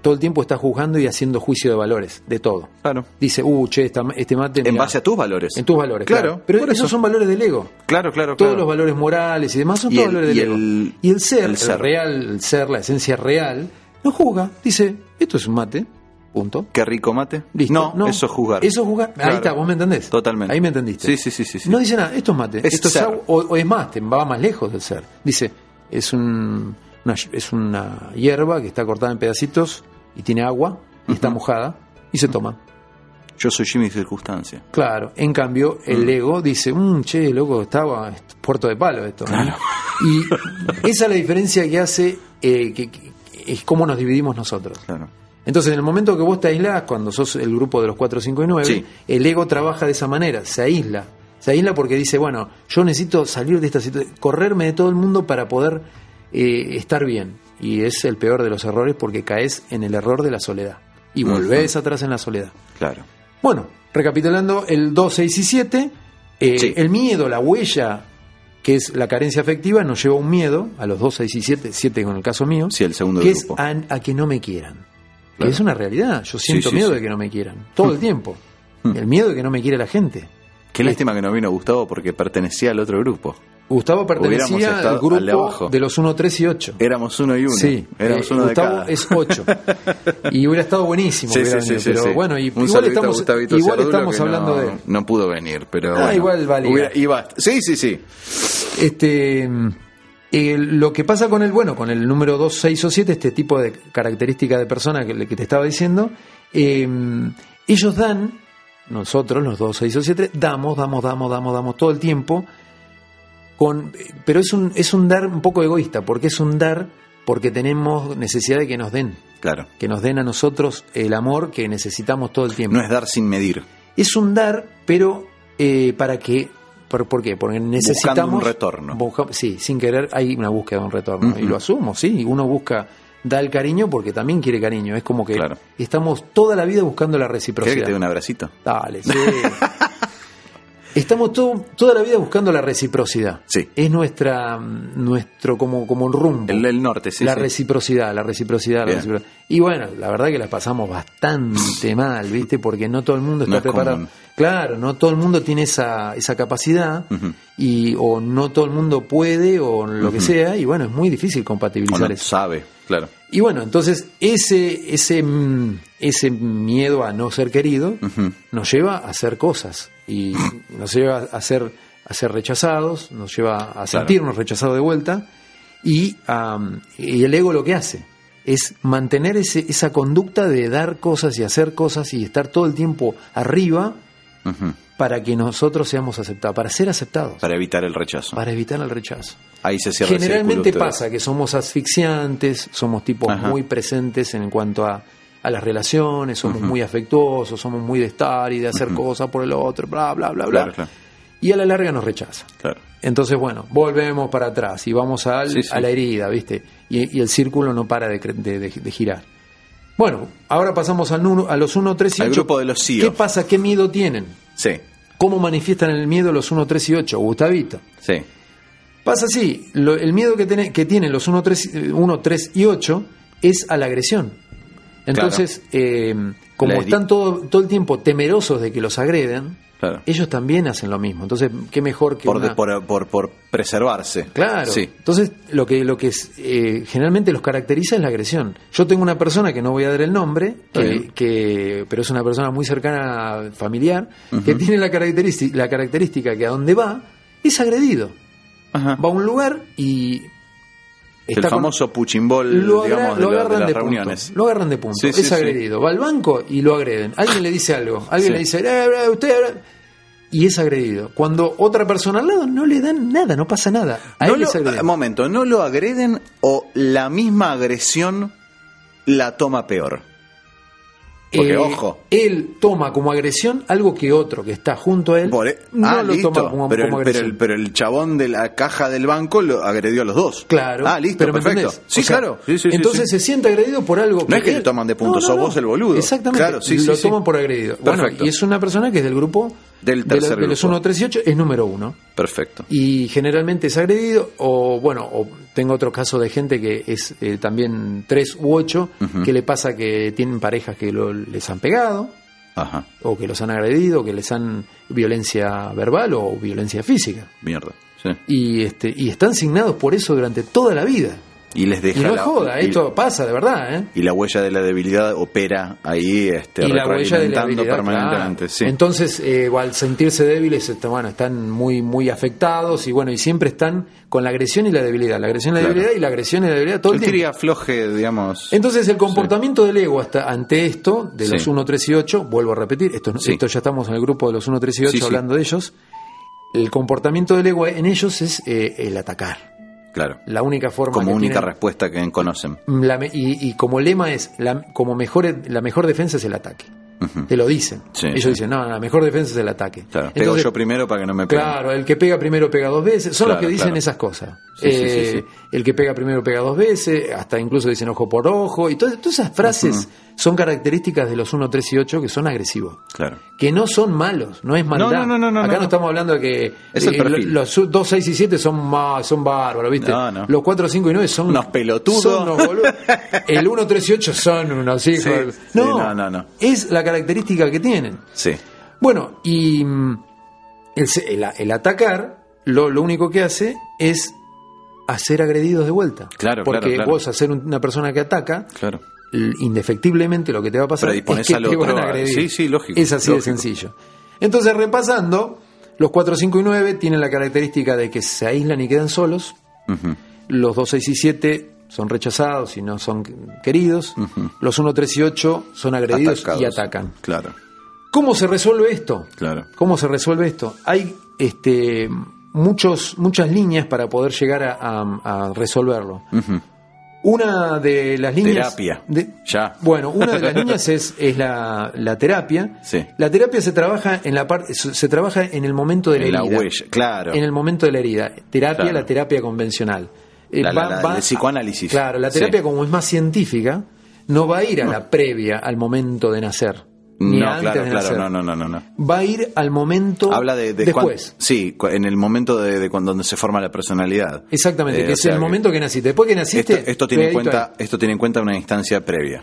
todo el tiempo está juzgando y haciendo juicio de valores, de todo. Claro. Dice, uh, che, esta- este mate... En mirá, base a tus valores. En tus valores, claro. Claro, Pero por esos eso. son valores del ego. Claro, claro, todos claro. los valores morales y demás son Y todos el- valores y del ego. el- y el ser, el el ser. real, el ser, la esencia real, no juzga, dice, esto es un mate, punto. Qué rico mate. Listo. No, eso es jugar. Eso es jugar. Claro. Ahí está, vos me entendés. Totalmente. Ahí me entendiste. Sí, sí, sí, sí, sí. No dice nada, esto es mate, Es esto es ser. agua, o, o es más, te va más lejos del ser. Dice, es un una, es una hierba que está cortada en pedacitos y tiene agua y está mojada y se toma. Yo soy Jimmy Circunstancia. Claro, en cambio, Mm. el ego dice, mmm, che, loco, estaba es puerto de palo esto. ¿no?". Y esa es la diferencia que hace, eh, que, que- es cómo nos dividimos nosotros. Claro. Entonces, en el momento que vos te aislás, cuando sos el grupo de los 4, 5 y 9, Sí. el ego trabaja de esa manera, se aísla. Se aísla porque dice, bueno, yo necesito salir de esta situación, correrme de todo el mundo para poder eh, estar bien. Y es el peor de los errores porque caes en el error de la soledad. Y Ujú. volvés atrás en la soledad. Claro. Bueno, recapitulando el 2, 6 y 7, eh, Sí. el miedo, la huella, que es la carencia afectiva, nos lleva a un miedo, a los 2, 6 y 7, 7 con el caso mío, Sí, el segundo que es grupo. a, a que no me quieran. Que Claro. es una realidad, yo Sí, siento sí, miedo sí. de que no me quieran, todo el tiempo. Mm. El miedo de que no me quiera la gente. Qué lástima que no vino Gustavo porque pertenecía al otro grupo. Gustavo pertenecía Hubiéramos estado al al de abajo. grupo de los 1, 3 y 8. Éramos uno y uno. Sí, Éramos eh, uno Gustavo de cada. es 8. Y hubiera estado buenísimo. Sí, hubiera sí, sí, venido, sí, pero sí. bueno, y- Un igual saludito a estamos, Gustavito igual Cerrulo, estamos que hablando no, de él. No pudo venir, pero. Ah, bueno. igual valía. Hubiera- iba- sí, sí, sí. Este, mm, eh, lo que pasa con el, bueno, con el número 2, 6 o 7, este tipo de característica de persona que, que te estaba diciendo, eh, ellos dan, nosotros, los 2, 6 o 7, damos, damos, damos, damos, damos todo el tiempo, con, pero es un, es un dar un poco egoísta, porque es un dar porque tenemos necesidad de que nos den, Claro. que nos den a nosotros el amor que necesitamos todo el tiempo. No es dar sin medir. Es un dar, pero eh, para que. ¿Por, por qué? Porque necesitamos. un retorno. busca- sí, sin querer hay una búsqueda de un retorno. Y Ujú. lo asumo, sí. Uno busca. Da el cariño porque también quiere cariño. Es como que Claro. estamos toda la vida buscando la ¿Querés que reciprocidad. te dé un abracito? Dale, sí. Estamos todo- toda la vida buscando la reciprocidad. Sí. Es nuestra, mm, nuestro como, como un rumbo El, el norte, sí. la sí. reciprocidad, la reciprocidad, la Bien. reciprocidad. Y bueno, la verdad que las pasamos bastante mal, ¿viste? Porque no todo el mundo está No es preparado. común. Claro, no todo el mundo tiene esa, esa capacidad Ujú. y o no todo el mundo puede o lo que Ujú. sea y bueno, es muy difícil O compatibilizar no eso. sabe, claro. Y bueno, entonces ese ese mm, ese miedo a no ser querido Ujú. nos lleva a hacer cosas y nos lleva a ser, a ser rechazados, nos lleva a sentirnos rechazados de vuelta y, am, y el ego lo que hace es mantener ese- esa conducta de dar cosas y hacer cosas y estar todo el tiempo arriba Ujú. para que nosotros seamos aceptados, para ser aceptados, para, Para evitar el rechazo. evitar el rechazo. Ahí se cierra el círculo, Generalmente ustedes. pasa que somos asfixiantes, somos tipos Ajá. muy presentes en cuanto a, a las relaciones, somos muy afectuosos, somos muy de estar y de hacer cosas por el otro, bla, bla, bla, bla. Claro, claro, Y a la larga nos rechaza. claro. Entonces, bueno, volvemos para atrás y vamos al- Sí, sí. a la herida, ¿viste? Y, y el círculo no para de, cre- de- de- de girar. Bueno, ahora pasamos al uno- a los 1, 3 y Al 8. grupo de los CIO. ¿Qué pasa? ¿Qué miedo tienen? Sí, ¿Cómo manifiestan el miedo los 1, 3 y 8, Gustavito? sí. Pasa así, lo- el miedo que, tiene- que tienen los 1 3, y 8 es a la agresión. Entonces, eh, como La heri- están todo, todo el tiempo temerosos de que los agredan, Claro. ellos también hacen lo mismo. Entonces, qué mejor que Por, una- de- por, por, por preservarse. Claro. Sí. Entonces, lo que, lo que es, eh, generalmente los caracteriza es la agresión. Yo tengo una persona que no voy a dar el nombre, Está que- bien. que- pero es una persona muy cercana, familiar, que tiene la característica, la característica que a donde va es agredido. Ajá. Va a un lugar y. El con- famoso puchimbol, lo, agra- digamos, de, lo la- de agarran de, las punto. reuniones. Lo agarran de punto. Sí, sí, es sí. agredido. Va al banco y lo agreden. Alguien le dice algo. Alguien Sí. le dice, "Eh, eh, usted. eh", Y es agredido. Cuando otra persona al lado no le dan nada, no pasa nada. A No él es lo- eh, agredido. momento, ¿no lo agreden o la misma agresión la toma peor? Porque, Eh, ojo. Él toma como agresión algo que otro que está junto a él Por- eh, no ah, lo listo. toma como, pero, el- como pero, agresión. el, pero el chabón de la caja del banco lo agredió a los dos. claro. Ah, listo, pero ¿me perfecto. entendés? Sí, O sea, claro. Sí, sí, sí, entonces sí. se siente agredido por algo No es que le toman de punto, sos vos el boludo. Exactamente. Claro, sí, lo sí, sí. toman por agredido. Bueno, Perfecto. y es una persona que es del grupo Del de, la- tercer de los grupo. 138, es número uno. Perfecto. Y generalmente es agredido, o bueno, o tengo otro caso de gente que es eh, también 3 u 8, que le pasa que tienen parejas que lo- les han pegado, Ajá, o que los han agredido, que les han violencia verbal o violencia física. mierda. Sí. Y, este, y están signados por eso durante toda la vida. Y les deja y no es la- joda, y- esto pasa de verdad, ¿eh? Y la huella de la debilidad opera ahí, este, y la huella de retroalimentando la habilidad, permanentemente. claro. Sí. Entonces, eh, al sentirse débiles, este, bueno, están muy, muy afectados y bueno, y siempre están con la agresión y la debilidad, la agresión y la Claro. debilidad y la agresión y la debilidad todo el, el tiempo. tiri afloje, digamos. Entonces, el comportamiento del ego hasta ante esto, de los Sí. 1, 3 y 8, vuelvo a repetir, esto, Sí. esto ya estamos en el grupo de los 1, 3 y 8 Sí, sí. hablando de ellos, el comportamiento del ego en ellos es eh, el atacar. claro. La única forma Como que única tienen- respuesta que conocen. la me- y, y como lema es, la, como mejor, la mejor defensa es el ataque. Ujú. Te lo dicen. Sí, Ellos sí. dicen, no, la mejor defensa es el ataque. Claro, pego Entonces, yo primero para que no me peguen. Claro, el que pega primero pega dos veces. Son los Claro, que dicen claro. esas cosas. Sí, sí, Eh, sí, sí. El que pega primero pega dos veces, hasta incluso dicen ojo por ojo. Y todas, todas esas frases son características de los 1, 3 y 8 que son agresivos. Claro. Que no son malos, no es maldad. no, no, no, Acá no, no, no. estamos hablando de que Es el lo- perfil. los 2, 6 y 7 son más, son bárbaros, ¿viste? No, no. Los 4, 5 y 9 son Unos pelotudos. son unos boludos. El 1, 3 y 8 son unos hijos. Sí, de- sí, no, no, no, no. Es la característica que tienen. Sí. Bueno, y mm, el, se- el a- el atacar lo, lo único que hace es hacer agredidos de vuelta. Claro, Porque claro, claro. vos, al ser un- una persona que ataca, Claro. l- indefectiblemente lo que te va a pasar es que Predisponés al te otro van a a- agredir. sí, sí, lógico, Es así lógico. de sencillo. Entonces, repasando, los 4, 5 y 9 tienen la característica de que se aíslan y quedan solos. Ujú. Los 2, 6 y 7 son rechazados y no son queridos. Los 1, 3 y 8 son agredidos y Atacados. atacan. Claro, ¿Cómo se resuelve esto? claro. ¿Cómo se resuelve esto? Hay este, muchos, muchas líneas para poder llegar a, a- a resolverlo. Ujú. Una de las líneas. Terapia. de- Ya. Bueno, una de las líneas es, es la, la terapia. Sí. La terapia se trabaja en la parte, se se trabaja en el momento de la En la herida. huella, claro. En el momento de la herida. Terapia, Claro. la terapia convencional. Eh, La- la- la- el psicoanálisis. Claro, la Sí. terapia, como es más científica, no va a ir a la previa, al momento de nacer. ni No, antes claro, de claro. nacer No, no, no, no. no. va a ir al momento Habla de, de después. cuan- sí, cu- en el momento de, de cuando donde se forma la personalidad. Exactamente, Eh, que o es sea el que momento que naciste. Después que Esto, naciste. esto tiene en pegadito cuenta, ahí. esto tiene en cuenta una instancia previa.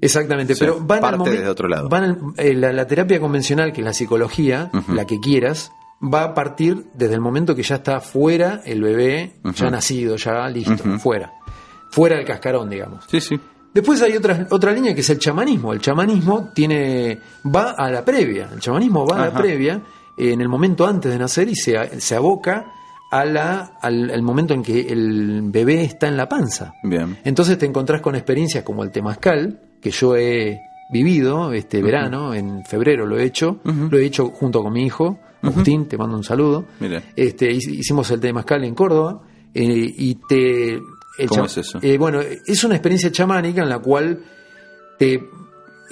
Exactamente, Sí, pero van al parte momento. desde otro lado. van al- eh, la, la terapia convencional, que es la psicología, la que quieras, va a partir desde el momento que ya está fuera el bebé, ya nacido, ya listo, fuera. Fuera del cascarón, digamos. Sí, sí. Después hay otra, otra línea que es el chamanismo. El chamanismo tiene va a la previa. El chamanismo va a la Ajá. previa eh, en el momento antes de nacer y se, a- se aboca a la, al, al momento en que el bebé está en la panza. Bien. Entonces te encontrás con experiencias como el temazcal, que yo he vivido este verano, en febrero lo he hecho, Ujú. lo he hecho junto con mi hijo, Agustín, te mando un saludo. Mira. Este, hic- hicimos el temazcal en Córdoba eh, y te... el ¿Cómo cha- es eso? eh, bueno, es una experiencia chamánica en la cual te-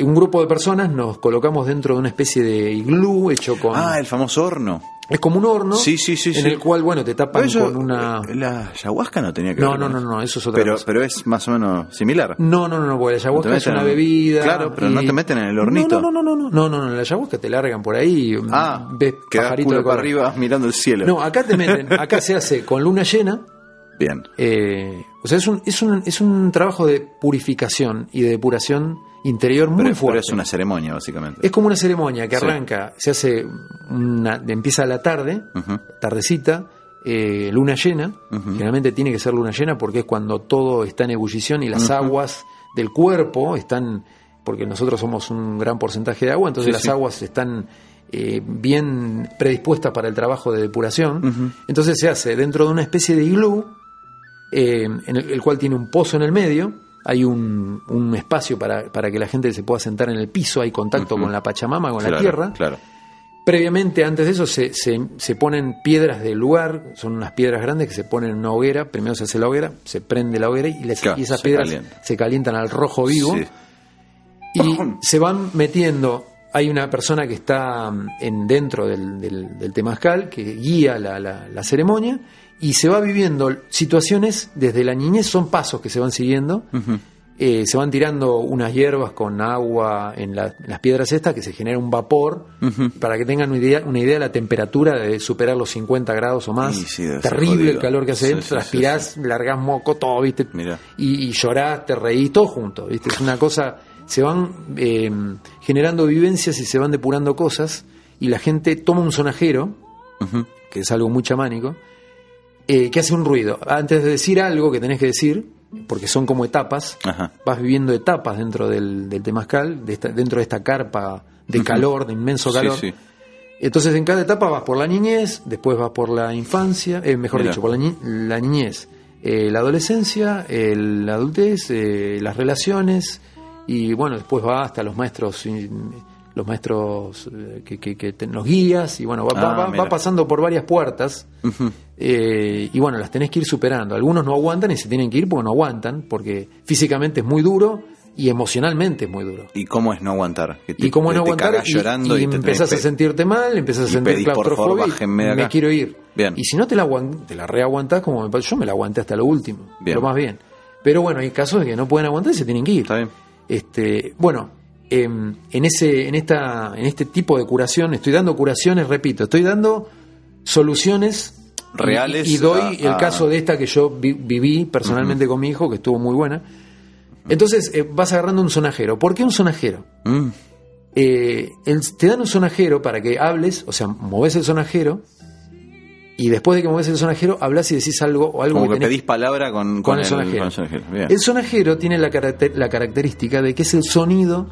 un grupo de personas nos colocamos dentro de una especie de iglú hecho con... Ah, el famoso horno. Es como un horno Sí, sí, sí, en sí. el cual, bueno, te tapan Pero eso- eh, con una... La ayahuasca no tenía que No, ver no, con no, eso. no, Mm, eso es otra Pero, cosa. pero es más o menos similar. No, no, no, no, porque la No te ayahuasca es meten una en- bebida. eh, Claro, pero no te meten en el hornito. No, no, no, no, no, no, no, no, la ayahuasca te largan por ahí, Ah, ves quedás pajarito culo de para color. arriba mirando el cielo. No, acá te meten, acá se hace con luna llena. Bien. eh, o sea, es un, es, un, es un trabajo de purificación y de depuración interior muy Pero, pero fuerte. es una ceremonia, básicamente. Es como una ceremonia que Sí. arranca, se hace una, empieza a la tarde, Ujú. tardecita, eh, luna llena. Ujú. Generalmente tiene que ser luna llena porque es cuando todo está en ebullición y las aguas del cuerpo están, porque nosotros somos un gran porcentaje de agua, entonces Sí, las sí. aguas están eh, bien predispuestas para el trabajo de depuración. Ujú. Entonces se hace dentro de una especie de iglú, eh, en el, el cual tiene un pozo en el medio, hay un, un espacio para, para que la gente se pueda sentar en el piso, hay contacto Ujú. con la Pachamama, con la Claro, tierra. Claro. Previamente, antes de eso, se, se- se ponen piedras del lugar, son unas piedras grandes que se ponen en una hoguera, primero se hace la hoguera, se prende la hoguera y, les- Claro, y esas se piedras calienta. se calientan al rojo vivo Sí. y se van metiendo. Hay una persona que está mm, en dentro del, del, del temazcal que guía la, la- la ceremonia y se va viviendo situaciones desde la niñez, son pasos que se van siguiendo. Ujú. Eh, se van tirando unas hierbas con agua en, la- en las piedras estas que se genera un vapor Ujú. para que tengan una idea, una idea de la temperatura de superar los 50 grados o más. Y sí, debe ser Terrible jodido. el calor que hace Sí, dentro, sí, sí, transpirás, largás moco, todo, ¿viste? Mirá. Y, y llorás, te reís, todo junto, ¿viste? Es una cosa, se van eh, generando vivencias y se van depurando cosas y la gente toma un sonajero, Ujú. que es algo muy chamánico, eh, que hace un ruido. Antes de decir algo que tenés que decir, porque son como etapas, Ajá. vas viviendo etapas dentro del, del temazcal, de esta- dentro de esta carpa de Ujú. calor, de inmenso calor. Sí, sí. Entonces en cada etapa vas por la niñez, después vas por la infancia, eh, mejor Mirá. dicho, por la, ni- la niñez, eh, la adolescencia, el- la adultez, eh, las relaciones y bueno, después va hasta los maestros, y- los maestros eh, que, que- que te- los guías y bueno, va, va- Ah, va- va mira. pasando por varias puertas Ujú. eh, y bueno, las tenés que ir superando. Algunos no aguantan y se tienen que ir porque no aguantan, porque físicamente es muy duro y emocionalmente es muy duro. ¿Y cómo es no aguantar? Que te- Y como te- no te aguantar, cagás y, llorando y te tenés empezás a que- sentirte mal, empezás a y sentir pedís, por favor, claustrofobia, y bájenme de acá. me quiero ir. Bien. Y si no te la, aguan- te la reaguantás, como me pa- yo me la aguanté hasta lo último, Bien. lo más bien. Pero bueno, hay casos de que no pueden aguantar y se tienen que ir. Está bien. Este, bueno, em, en ese, en esta, en este tipo de curación, estoy dando curaciones, repito, estoy dando soluciones y- Reales Y, doy a- el a- caso de esta que yo vi- viví personalmente con mi hijo, que estuvo muy buena. Entonces eh, vas agarrando un sonajero. ¿Por qué un sonajero? Mm. Eh, el- te dan un sonajero para que hables, o sea, moves el sonajero y después de que moves el sonajero hablas y decís algo o algo Como que tenés- pedís palabra con, con el sonajero. con el sonajero. Bien. El sonajero tiene la, caracter- la característica de que es el sonido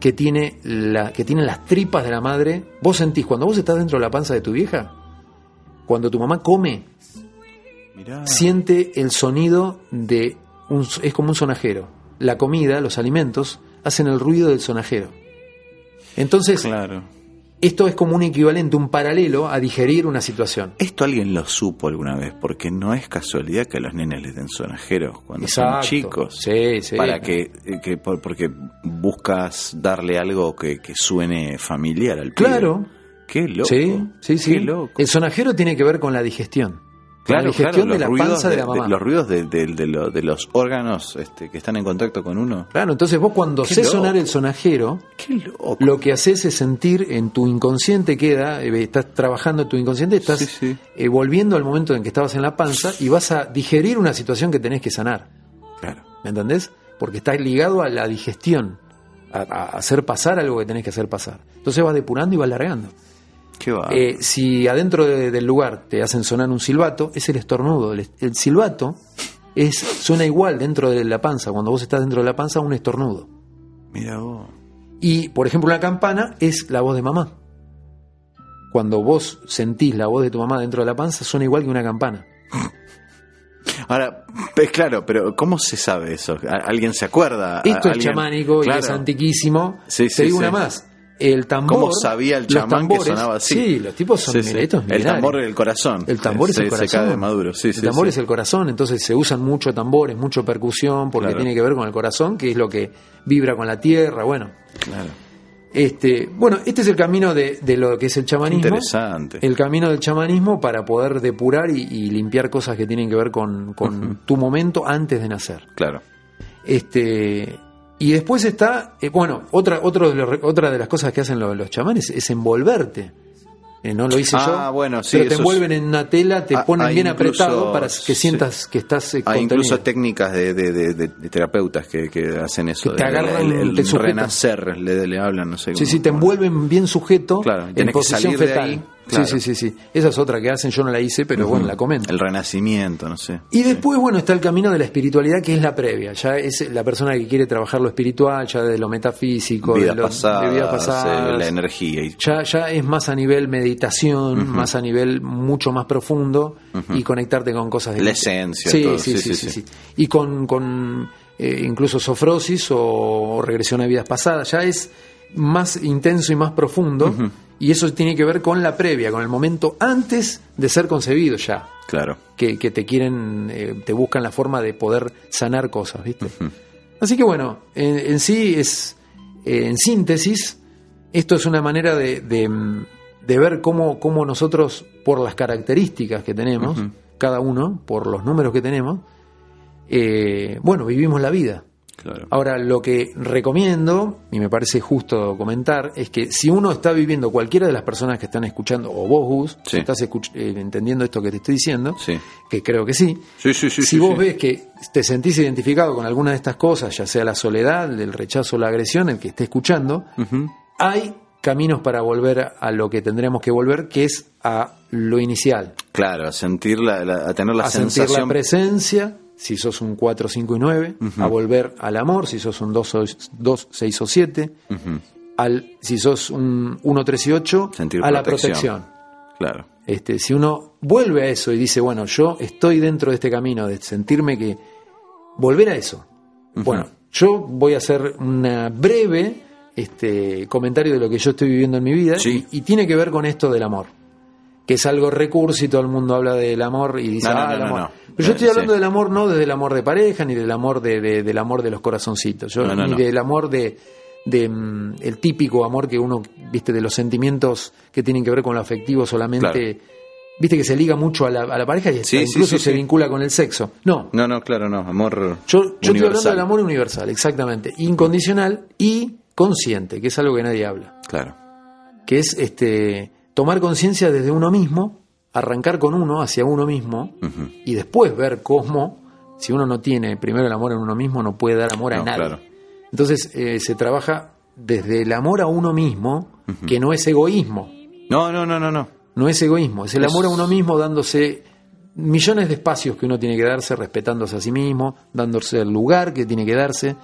que tiene la que tienen las tripas de la madre. Vos sentís cuando vos estás dentro de la panza de tu vieja, cuando tu mamá come, Mirá. siente el sonido de un, es como un sonajero. La comida, los alimentos hacen el ruido del sonajero. Entonces, Claro. esto es como un equivalente, un paralelo a digerir una situación. Esto alguien lo supo alguna vez, porque no es casualidad que a los nenes les den sonajeros cuando son Exacto. chicos. Sí, sí. Para que, eh, que por- porque buscas darle algo que, que suene familiar al pibe. Claro. Qué loco. Sí, sí, sí. Qué loco. El sonajero tiene que ver con la digestión. Claro, la digestión claro, de la panza de la mamá. los ruidos de, de- de lo- de los órganos este, que están en contacto con uno. Claro, entonces vos cuando Qué sé loco. sonar el sonajero, Qué loco. lo que haces es sentir en tu inconsciente queda, eh, estás trabajando tu inconsciente, estás Sí, sí. eh, volviendo al momento en que estabas en la panza y vas a digerir una situación que tenés que sanar. Claro. ¿Me entendés? Porque está ligado a la digestión, a, a hacer pasar algo que tenés que hacer pasar. Entonces vas depurando y vas largando. Qué va. Eh, si adentro de- del lugar te hacen sonar un silbato, es el estornudo. El, est- el silbato es, suena igual dentro de la panza, cuando vos estás dentro de la panza, un estornudo. Mira vos. Y, por ejemplo, una campana es la voz de mamá. cuando vos sentís la voz de tu mamá dentro de la panza, suena igual que una campana. Ahora, es claro, pero ¿cómo se sabe eso? ¿A- ¿Alguien se acuerda? ¿A- Esto es Ah, alguien? chamánico Claro. y es antiquísimo. Sí, sí, Te digo sí. una más. El tambor. ¿Cómo sabía el los chamán tambores- que sonaba así? Sí, los tipos son Sí, sí. mira, esto es El milenario. tambor del corazón. El tambor es Se- el corazón. Se cae de maduro, sí, el sí, tambor sí. es el corazón, entonces se usan mucho tambores, mucho percusión, porque Claro. tiene que ver con el corazón, que es lo que vibra con la tierra. Bueno, Claro. este, bueno, este es el camino de, de lo que es el chamanismo. Interesante. El camino del chamanismo para poder depurar y, y limpiar cosas que tienen que ver con, con tu momento antes de nacer. Claro. Este, y después está, eh, bueno, otra, otro de los- otra de las cosas que hacen lo- los chamanes es envolverte. Eh, no lo hice Ah, yo. bueno, sí, pero eso te es- envuelven en una tela, te Ah, ponen hay bien incluso- apretado para que sí. sientas que estás eh, Hay contenido. incluso técnicas de, de- de- de- de terapeutas que, que hacen eso. Que te de- de- agarran, el, el te sujetan. renacer, le, le hablan, no sé. Sí, cómo- sí, te cómo- envuelven bien sujeto Claro, y en tenés que posición salir de fetal. ahí, claro. Sí, sí, sí, sí. Esa es otra que hacen, yo no la hice, pero bueno, la comento. El renacimiento, no sé. Y después, bueno, está el camino de la espiritualidad, que es la previa. Ya es la persona que quiere trabajar lo espiritual, ya de lo metafísico, Vidas de, lo, pasadas, de vidas eh, pasadas. la energía. Y, ya, ya es más a nivel meditación, Ujú. más a nivel mucho más profundo y conectarte con cosas de La esencia, Sí, todo. Sí, sí, sí, sí, sí, sí. sí. Y con, con eh, incluso sofrosis o, o regresión a vidas pasadas, ya es más intenso y más profundo. Y eso tiene que ver con la previa, con el momento antes de ser concebido ya claro. que, que te quieren, eh, te buscan la forma de poder sanar cosas, ¿viste? Así que bueno, en, en sí es, eh, en síntesis, esto es una manera de, de, mm, de ver cómo, cómo nosotros, por las características que tenemos, Ujú. cada uno, por los números que tenemos, eh, bueno, vivimos la vida. claro. Ahora, lo que recomiendo, y me parece justo comentar, es que si uno está viviendo, cualquiera de las personas que están escuchando, o vos, Gus, Sí. si estás escuch- eh, entendiendo esto que te estoy diciendo, Sí. que creo que sí, Sí, sí, sí. si sí, vos sí. ves que te sentís identificado con alguna de estas cosas, ya sea la soledad, el rechazo, la agresión, el que esté escuchando, Ujú. hay caminos para volver a- a lo que tendremos que volver, que es a lo inicial, Claro, a sentir la, la- a tener la a sensación. sentir la presencia, si sos un 4, 5 y 9, a volver al amor, si sos un 2, 2 6 o 7, Ujú. al, si sos un 1, 3 y 8, Sentir a la protección. protección. Claro. Este, si uno vuelve a eso y dice, bueno, yo estoy dentro de este camino, de sentirme que volver a eso. Bueno, yo voy a hacer una breve este, comentario de lo que yo estoy viviendo en mi vida Sí. y, y tiene que ver con esto del amor, que es algo recurso y todo el mundo habla del amor y dice, No, no, ah, no, el no, amor. no. Pero yo Eh, estoy hablando sí. del amor no desde el amor de pareja ni del amor de, de- del amor de los corazoncitos, yo, No, no, ni no. del amor de, de, mm, el típico amor que uno viste de los sentimientos que tienen que ver con lo afectivo solamente viste que se liga mucho a la, a la pareja y hasta Sí, sí, incluso sí, se sí. vincula con el sexo. No, No, no, claro, no. Amor. yo, yo estoy hablando universal. del amor universal, exactamente, incondicional y consciente, que es algo que nadie habla, Claro. que es este tomar conciencia desde uno mismo, arrancar con uno hacia uno mismo Ujú. y después ver cómo si uno no tiene primero el amor en uno mismo no puede dar amor No, a nadie. claro. Entonces eh, se trabaja desde el amor a uno mismo, que no es egoísmo. No, no, no, no, no. No es egoísmo, es el Es- amor a uno mismo dándose millones de espacios que uno tiene que darse, respetándose a sí mismo, dándose el lugar que tiene que darse,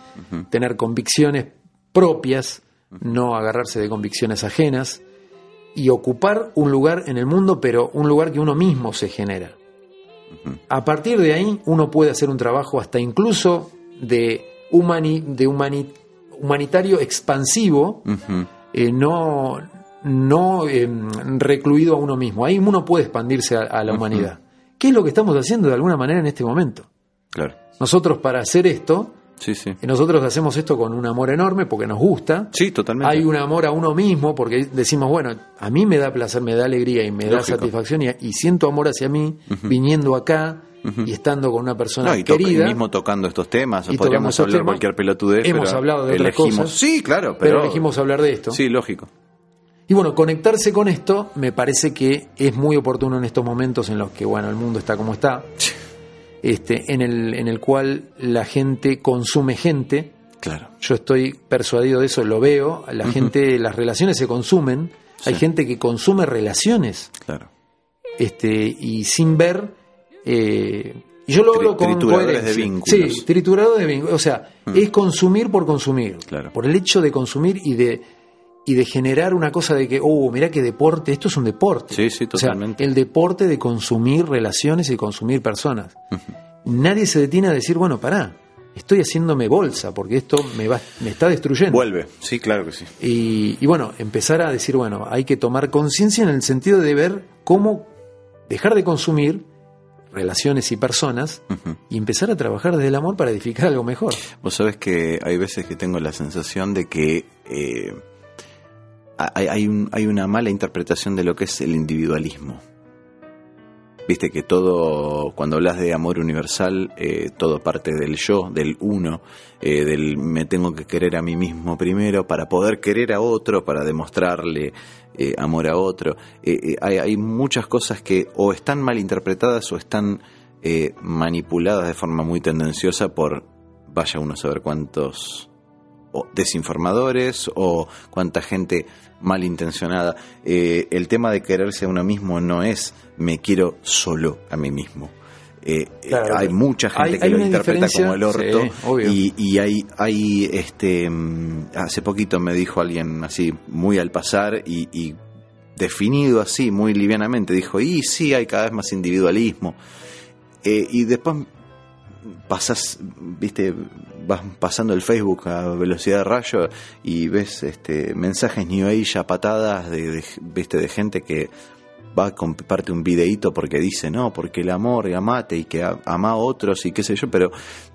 tener convicciones propias, no agarrarse de convicciones ajenas y ocupar un lugar en el mundo, pero un lugar que uno mismo se genera. A partir de ahí uno puede hacer un trabajo hasta incluso de, humani- de humani- humanitario expansivo, Ujú. eh, no, no eh, recluido a uno mismo. Ahí uno puede expandirse a, a la humanidad. ¿Qué es lo que estamos haciendo de alguna manera en este momento? Claro. Nosotros para hacer esto, Sí, sí. eh, nosotros hacemos esto con un amor enorme porque nos gusta. Sí, totalmente. Hay un amor a uno mismo porque decimos, bueno, a mí me da placer, me da alegría y me da Lógico. satisfacción y, y siento amor hacia mí viniendo acá y estando con una persona No, y, to- y querida. mismo tocando estos temas, Y tocamos podríamos estos hablar temas. cualquier pelotudez. Hemos pero hablado de otras elegimos- cosas. Sí, claro, pero. pero, elegimos hablar de esto. Sí, lógico. Y bueno, conectarse con esto me parece que es muy oportuno en estos momentos en los que, bueno, el mundo está como está, este, en, el, en el cual la gente consume gente. Claro. Yo estoy persuadido de eso, lo veo. La gente, las relaciones se consumen. Hay Sí. gente que consume relaciones Claro. este, y sin ver. eh, y yo lo Tri- hablo con trituradores coherencia. de vínculos. Mm. Sí, triturador de vínculos. O sea, es consumir por consumir. Claro. Por el hecho de consumir y de y de generar una cosa de que, oh, mirá qué deporte, esto es un deporte. Sí, sí, O sea, totalmente. el deporte de consumir relaciones y consumir personas. Nadie se detiene a decir, bueno, pará, estoy haciéndome bolsa porque esto me, va, me está destruyendo. Vuelve, sí, claro que sí. Y, y bueno, empezar a decir, bueno, hay que tomar conciencia en el sentido de ver cómo dejar de consumir relaciones y personas Ujú. y empezar a trabajar desde el amor para edificar algo mejor. Vos sabés que hay veces que tengo la sensación de que eh, hay, hay un- hay una mala interpretación de lo que es el individualismo. Viste que todo, cuando hablas de amor universal, eh, todo parte del yo, del uno, eh, del me tengo que querer a mí mismo primero para poder querer a otro, para demostrarle eh, amor a otro. Eh, eh, hay, hay muchas cosas que o están mal interpretadas o están eh, manipuladas de forma muy tendenciosa por vaya uno a saber cuántos o desinformadores o cuánta gente malintencionada. Eh, el tema de quererse a uno mismo no es me quiero solo a mí mismo. Eh, eh, Claro. hay mucha gente Hay- que hay lo una interpreta diferencia, como el orto sí, obvio. y, y hay, hay este mm, hace poquito me dijo alguien así muy al pasar y, y definido así muy livianamente dijo y sí hay cada vez más individualismo Eh, y después pasas, viste, vas pasando el Facebook a velocidad de rayo y ves este mensajes New Age a patadas de, de- viste, de gente que va, comparte un videíto porque dice, no, porque el amor, y amate y que a- ama a otros y qué sé yo, pero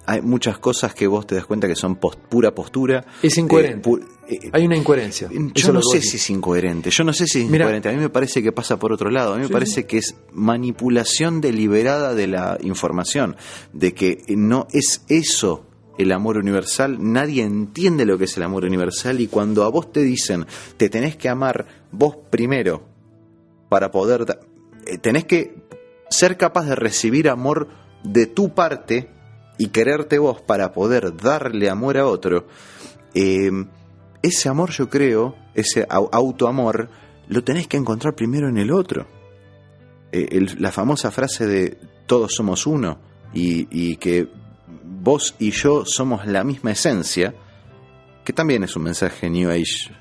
hay muchas cosas que vos te das cuenta que son post- pura postura. Es incoherente. Eh, pu- eh, Hay una incoherencia. Eso yo es lo no sé que vos si decís. es incoherente, yo no sé si es Mira. incoherente, a mí me parece que pasa por otro lado, a mí me Sí, parece que es manipulación deliberada de la información, de que no es eso el amor universal, nadie entiende lo que es el amor universal y cuando a vos te dicen, te tenés que amar vos primero para poder, da- eh, tenés que ser capaz de recibir amor de tu parte y quererte vos para poder darle amor a otro, eh, ese amor yo creo, ese au- autoamor, lo tenés que encontrar primero en el otro. Eh, el- la famosa frase de todos somos uno y, y que vos y yo somos la misma esencia, que también es un mensaje New Age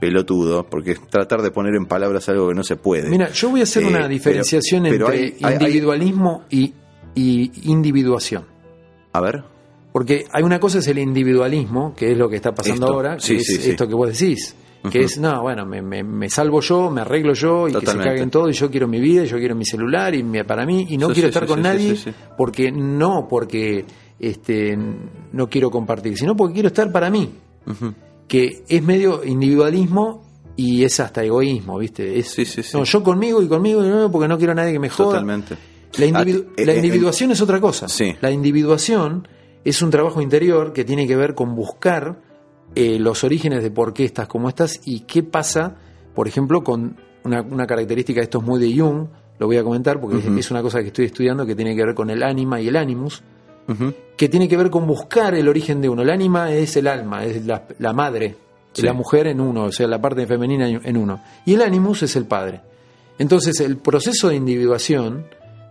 pelotudo, porque es tratar de poner en palabras algo que no se puede. Mira, yo voy a hacer Eh, una pero- diferenciación pero entre hay- hay- hay- individualismo y- y individuación. a ver, Porque hay una cosa es el individualismo, que es lo que está pasando Esto, ahora, que sí, es sí, sí. esto que vos decís, que Ujú. es, no, bueno, me, me- me salvo yo, me arreglo yo y que Totalmente. se caguen todo y yo quiero mi vida, y yo quiero mi celular y mi- para mí y no Sí, quiero sí, estar sí, con sí, nadie sí, sí, sí. porque no, porque este, no quiero compartir, sino porque quiero estar para mí, que es medio individualismo y es hasta egoísmo, ¿viste? Es, Sí, sí, sí. No, yo conmigo y conmigo y no, porque no quiero a nadie que me joda. totalmente. La, individu- Ah, eh, la eh, individuación es otra cosa. Sí. La individuación es un trabajo interior que tiene que ver con buscar eh, los orígenes de por qué estás como estás y qué pasa, por ejemplo, con una, una característica, esto es muy de Jung, lo voy a comentar porque es- Ujú. es una cosa que estoy estudiando que tiene que ver con el ánima y el animus, Ujú. que tiene que ver con buscar el origen de uno. El ánima es el alma, es la, la madre, Sí. la mujer en uno, o sea, la parte femenina en uno. Y el animus es el padre. Entonces, el proceso de individuación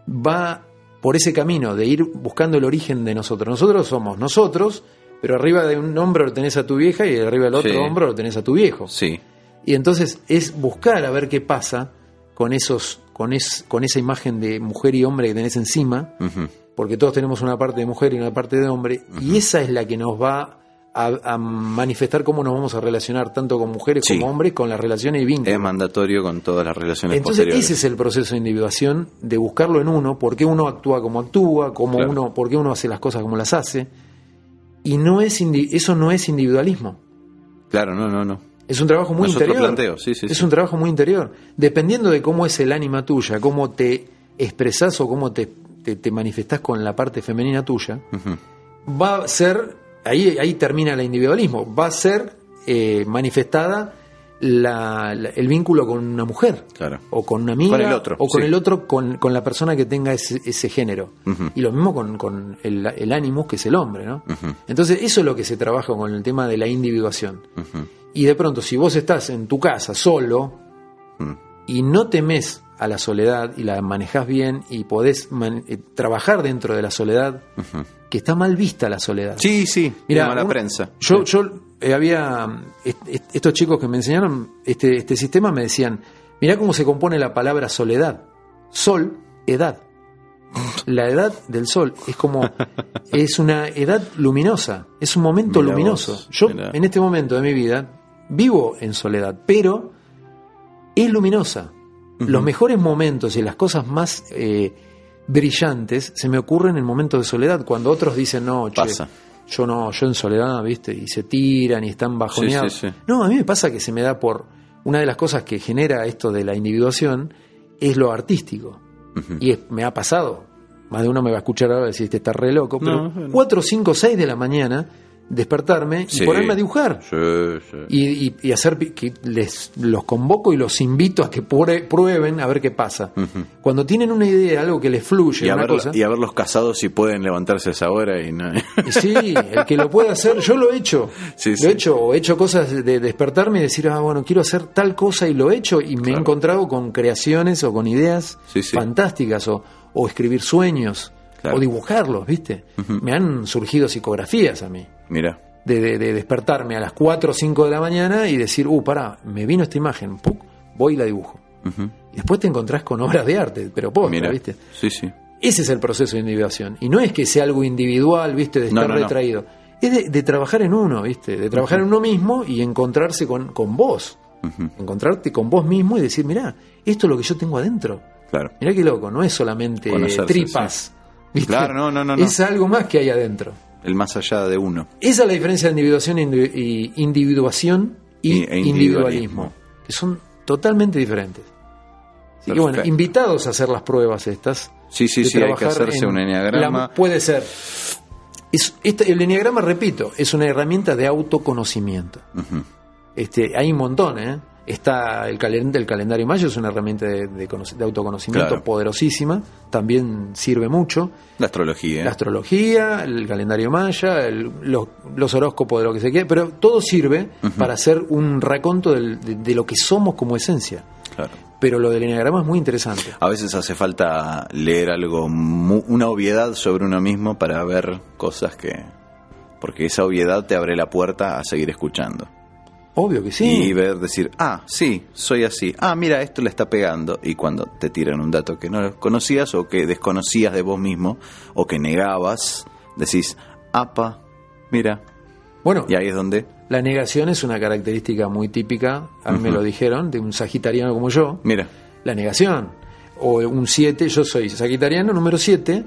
va por ese camino de ir buscando el origen de nosotros. Nosotros somos nosotros, pero arriba de un hombro lo tenés a tu vieja y arriba del otro Sí. hombro lo tenés a tu viejo. Sí. Y entonces es buscar a ver qué pasa con esos con es- con esa imagen de mujer y hombre que tenés encima Ujú. porque todos tenemos una parte de mujer y una parte de hombre, y esa es la que nos va a, a manifestar cómo nos vamos a relacionar tanto con mujeres Sí. como hombres, con las relaciones y vínculos. Es mandatorio con todas las relaciones Entonces posteriores. ese es el proceso de individuación, de buscarlo en uno, por qué uno actúa como actúa, cómo Claro. uno, por qué uno hace las cosas como las hace, y no es indi- eso no es individualismo, Claro, no, no, no. es un trabajo muy Es otro interior. planteo, sí, sí, es sí. un trabajo muy interior. Dependiendo de cómo es el ánima tuya, cómo te expresás o cómo te, te, te manifestás con la parte femenina tuya, Ujú. va a ser, ahí, ahí termina el individualismo, va a ser eh, manifestada la- la- el vínculo con una mujer, Claro. o con una amiga, Con el otro, o con sí. el otro, con, con la persona que tenga ese, ese género. Ujú. Y lo mismo con, con el, el animus, que es el hombre, ¿no? Ujú. Entonces, eso es lo que se trabaja con el tema de la individuación. Ujú. Y de pronto, si vos estás en tu casa solo Mm. y no temes a la soledad y la manejás bien y podés man- eh, trabajar dentro de la soledad, Ujú. que está mal vista la soledad. Sí, sí. Mirá, Mira, mala un- prensa. Yo, Sí. yo eh, había est- est- estos chicos que me enseñaron este, este sistema me decían, mirá cómo se compone la palabra soledad. Sol, edad. La edad del sol es como, es una edad luminosa, es un momento Mirá luminoso. vos, Yo mirá. en este momento de mi vida vivo en soledad, pero es luminosa. Los mejores momentos y las cosas más eh, brillantes se me ocurren en momentos de soledad, cuando otros dicen, no, che, Pasa. yo no, yo en soledad, ¿viste? Y se tiran y están bajoneados. Sí, sí, sí. No, a mí me pasa que se me da por. Una de las cosas que genera esto de la individuación es lo artístico. Y es- me ha pasado. Más de uno me va a escuchar ahora y decir, este está re loco. No, Pero no. 4, 5, 6 de la mañana, despertarme y Sí. ponerme a dibujar. Sí, sí. Y, y- y hacer pi- que les los convoco y los invito a que pure- prueben a ver qué pasa. Cuando tienen una idea, algo que les fluye, Y a, una ver, cosa. y a ver los casados si pueden levantarse a esa hora y no. Y Sí, el que lo puede hacer, yo lo he hecho. Sí, lo sí. he hecho, o he hecho cosas de despertarme y decir, ah, bueno, quiero hacer tal cosa y lo he hecho y me he Claro. encontrado con creaciones o con ideas Sí, sí. fantásticas o, o escribir sueños Claro. o dibujarlos, ¿viste? Me han surgido psicografías a mí. Mira, De, de- de despertarme a las 4 o 5 de la mañana y decir, uh, pará, me vino esta imagen, ¡puc! voy y la dibujo. Después te encontrás con obras de arte, pero posta, mira. ¿viste? Sí, sí. Ese es el proceso de individuación. Y no es que sea algo individual, ¿viste? De No, estar no, no. retraído. Es de, de trabajar en uno, ¿viste? De trabajar en uno mismo y encontrarse con, con vos. Encontrarte con vos mismo y decir, mirá, esto es lo que yo tengo adentro. Claro. Mirá qué loco, no es solamente Conocerse, tripas. sí. ¿viste? Claro, no, no, no, no. Es algo más que hay adentro. El más allá de uno. Esa es la diferencia de individuación, e indivi- y individuación y, Y- e individualismo. individualismo, que son totalmente diferentes. Así que bueno, Perfecto. invitados a hacer las pruebas estas. Sí, sí, de sí, hay que trabajar hacerse en un enneagrama. la- puede ser. Es- este- el enneagrama, repito, es una herramienta de autoconocimiento. este, hay un montón, ¿eh? Está el, calen- el calendario mayo, es una herramienta de, de conoc- de autoconocimiento Claro. poderosísima, también sirve mucho. La astrología. ¿eh? La astrología, el calendario maya, el- los, los horóscopos de lo que se quiera, pero todo sirve para hacer un raconto del- de, de lo que somos como esencia. Claro. Pero lo del enneagrama es muy interesante. A veces hace falta leer algo, mu- una obviedad sobre uno mismo para ver cosas que... Porque esa obviedad te abre la puerta a seguir escuchando. Obvio que sí. Y ver, decir, ah, sí, soy así. Ah, mira, esto le está pegando. Y cuando te tiran un dato que no conocías o que desconocías de vos mismo o que negabas, decís, apa, mira. Bueno, Y ahí es donde, la negación es una característica muy típica, a mí me lo dijeron, de un sagitariano como yo. mira, La negación. O un 7, yo soy sagitariano número 7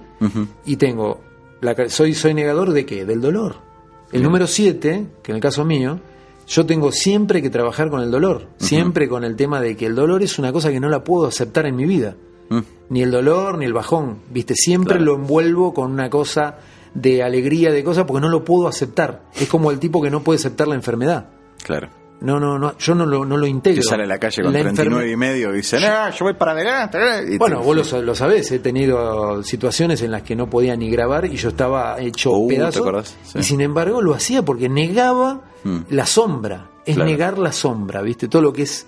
y tengo. La, ca- soy, soy negador de qué? Del dolor. El número 7, que en el caso mío, yo tengo siempre que trabajar con el dolor. Siempre con el tema de que el dolor es una cosa que no la puedo aceptar en mi vida. mm, Ni el dolor, ni el bajón. ¿Viste? Siempre Claro. lo envuelvo con una cosa de alegría, de cosas, porque no lo puedo aceptar. Es como el tipo que no puede aceptar la enfermedad. claro. No, no, no, yo no lo, no lo integro. Que sale a la calle con enferme- 39 y medio y dice, no, yo voy para adelante. eh", y bueno, te- vos lo, sa- lo sabés, he tenido situaciones en las que no podía ni grabar y yo estaba hecho Uh, ¿te pedazo. acordás? Sí. Y sin embargo lo hacía porque negaba Mm. la sombra. Es Claro. negar la sombra, ¿viste? Todo lo que es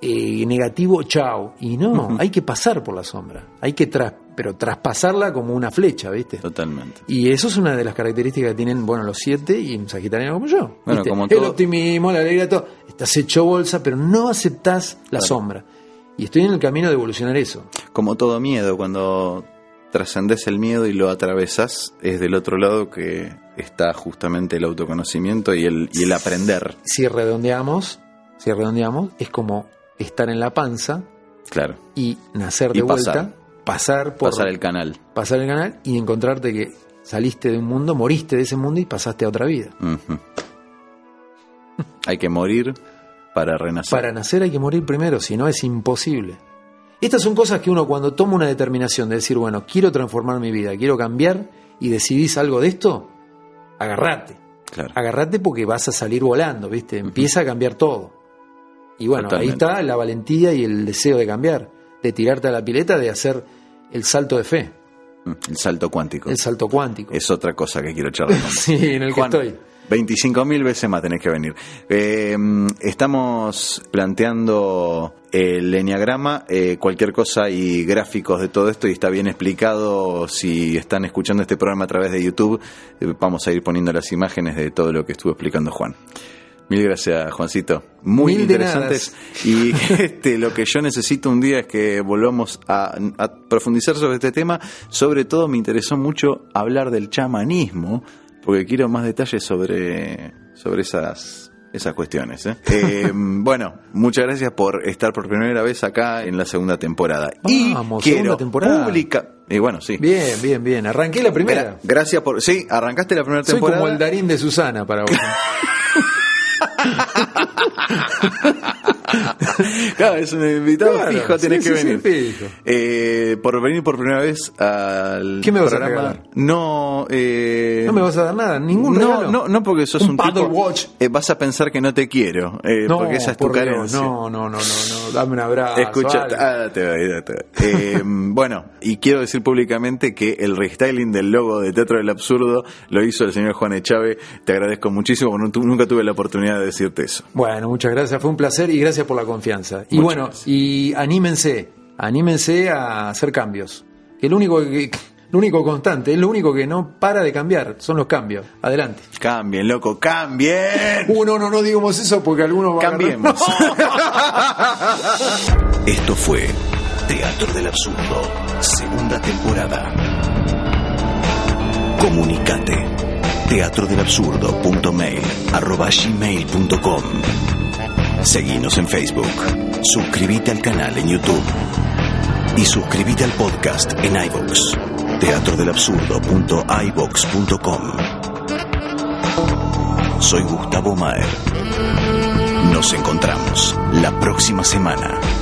eh, negativo, chao. Y no, hay que pasar por la sombra. Hay que tras, pero traspasarla como una flecha, ¿viste? Totalmente. Y eso es una de las características que tienen, bueno, los siete y un sagitariano como yo. Bueno, ¿viste? como El todo- optimismo, la alegría, todo. Estás hecho bolsa, pero no aceptás la Claro. sombra. Y estoy en el camino de evolucionar eso. Como todo miedo, cuando trascendes el miedo y lo atravesas, es del otro lado que está justamente el autoconocimiento y el, y el aprender. Si redondeamos, si redondeamos, es como estar en la panza Claro, y nacer de Y vuelta, pasar. pasar, por pasar el canal. pasar el canal y encontrarte que saliste de un mundo, moriste de ese mundo y pasaste a otra vida. Ujú. Hay que morir para renacer. Para nacer hay que morir primero, si no es imposible. Estas son cosas que uno cuando toma una determinación de decir, bueno, quiero transformar mi vida, quiero cambiar y decidís algo de esto, agarrate. Claro. Agarrate porque vas a salir volando, ¿viste? Empieza a cambiar todo. Y bueno, ahí Totalmente. está la valentía y el deseo de cambiar, de tirarte a la pileta, de hacer el salto de fe, Mm, El salto cuántico. el salto cuántico. Es otra cosa que quiero charlar. con vos. Sí, en el Eh, Juan, que estoy. 25.000 veces más tenés que venir. Eh, estamos planteando el enneagrama, eh, cualquier cosa y gráficos de todo esto, y está bien explicado. Si están escuchando este programa a través de YouTube, eh, vamos a ir poniendo las imágenes de todo lo que estuvo explicando Juan. Mil gracias, Juancito. Muy Mil de interesantes. Y este, lo que yo necesito un día es que volvamos a, a profundizar sobre este tema. Sobre todo me interesó mucho hablar del chamanismo, porque quiero más detalles sobre, sobre esas, esas cuestiones. ¿eh? Eh, bueno, muchas gracias por estar por primera vez acá en la segunda temporada. Vamos, y segunda quiero temporada. publica- Y bueno, sí. Bien, bien, bien. Arranqué la primera. Gra- Gracias por... Sí, arrancaste la primera Soy temporada. como el Darín de Susana para vos. Claro, es un invitado Claro, fijo, tenés sí, que sí, sí, venir. fijo. Eh, por venir por primera vez al ¿Qué me vas a programa. regalar? No, eh, No me vas a dar nada, ningún no, regalo. No, no, porque sos Un un, tipo. paddle watch. eh, vas a pensar que no te quiero, eh, No, porque esa es tu por Dios, carencia. No, no, no, no, no. Dame un abrazo. Escucha, algo. ah, te doy, te doy. Eh, bueno, y quiero decir públicamente que el restyling del logo de Teatro del Absurdo lo hizo el señor Juan Echave. Te agradezco muchísimo, porque no tu- nunca tuve la oportunidad de decirte eso. Bueno, muchas gracias, fue un placer y gracias por la confianza. Y Muchas bueno, gracias. y anímense, anímense a hacer cambios. Que lo único que, lo único constante, es lo único que no para de cambiar, son los cambios. Adelante. Cambien, loco, cambien. Uh, no, no, no digamos eso porque algunos van a agarrar- Cambiemos. Esto fue Teatro del Absurdo, segunda temporada. Comunicate. Teatro del gmail.com. Seguinos en Facebook. Suscríbete al canal en YouTube. Y suscríbete al podcast en iVox. teatrodelabsurdo.ivox.com. Soy Gustavo Maer. Nos encontramos la próxima semana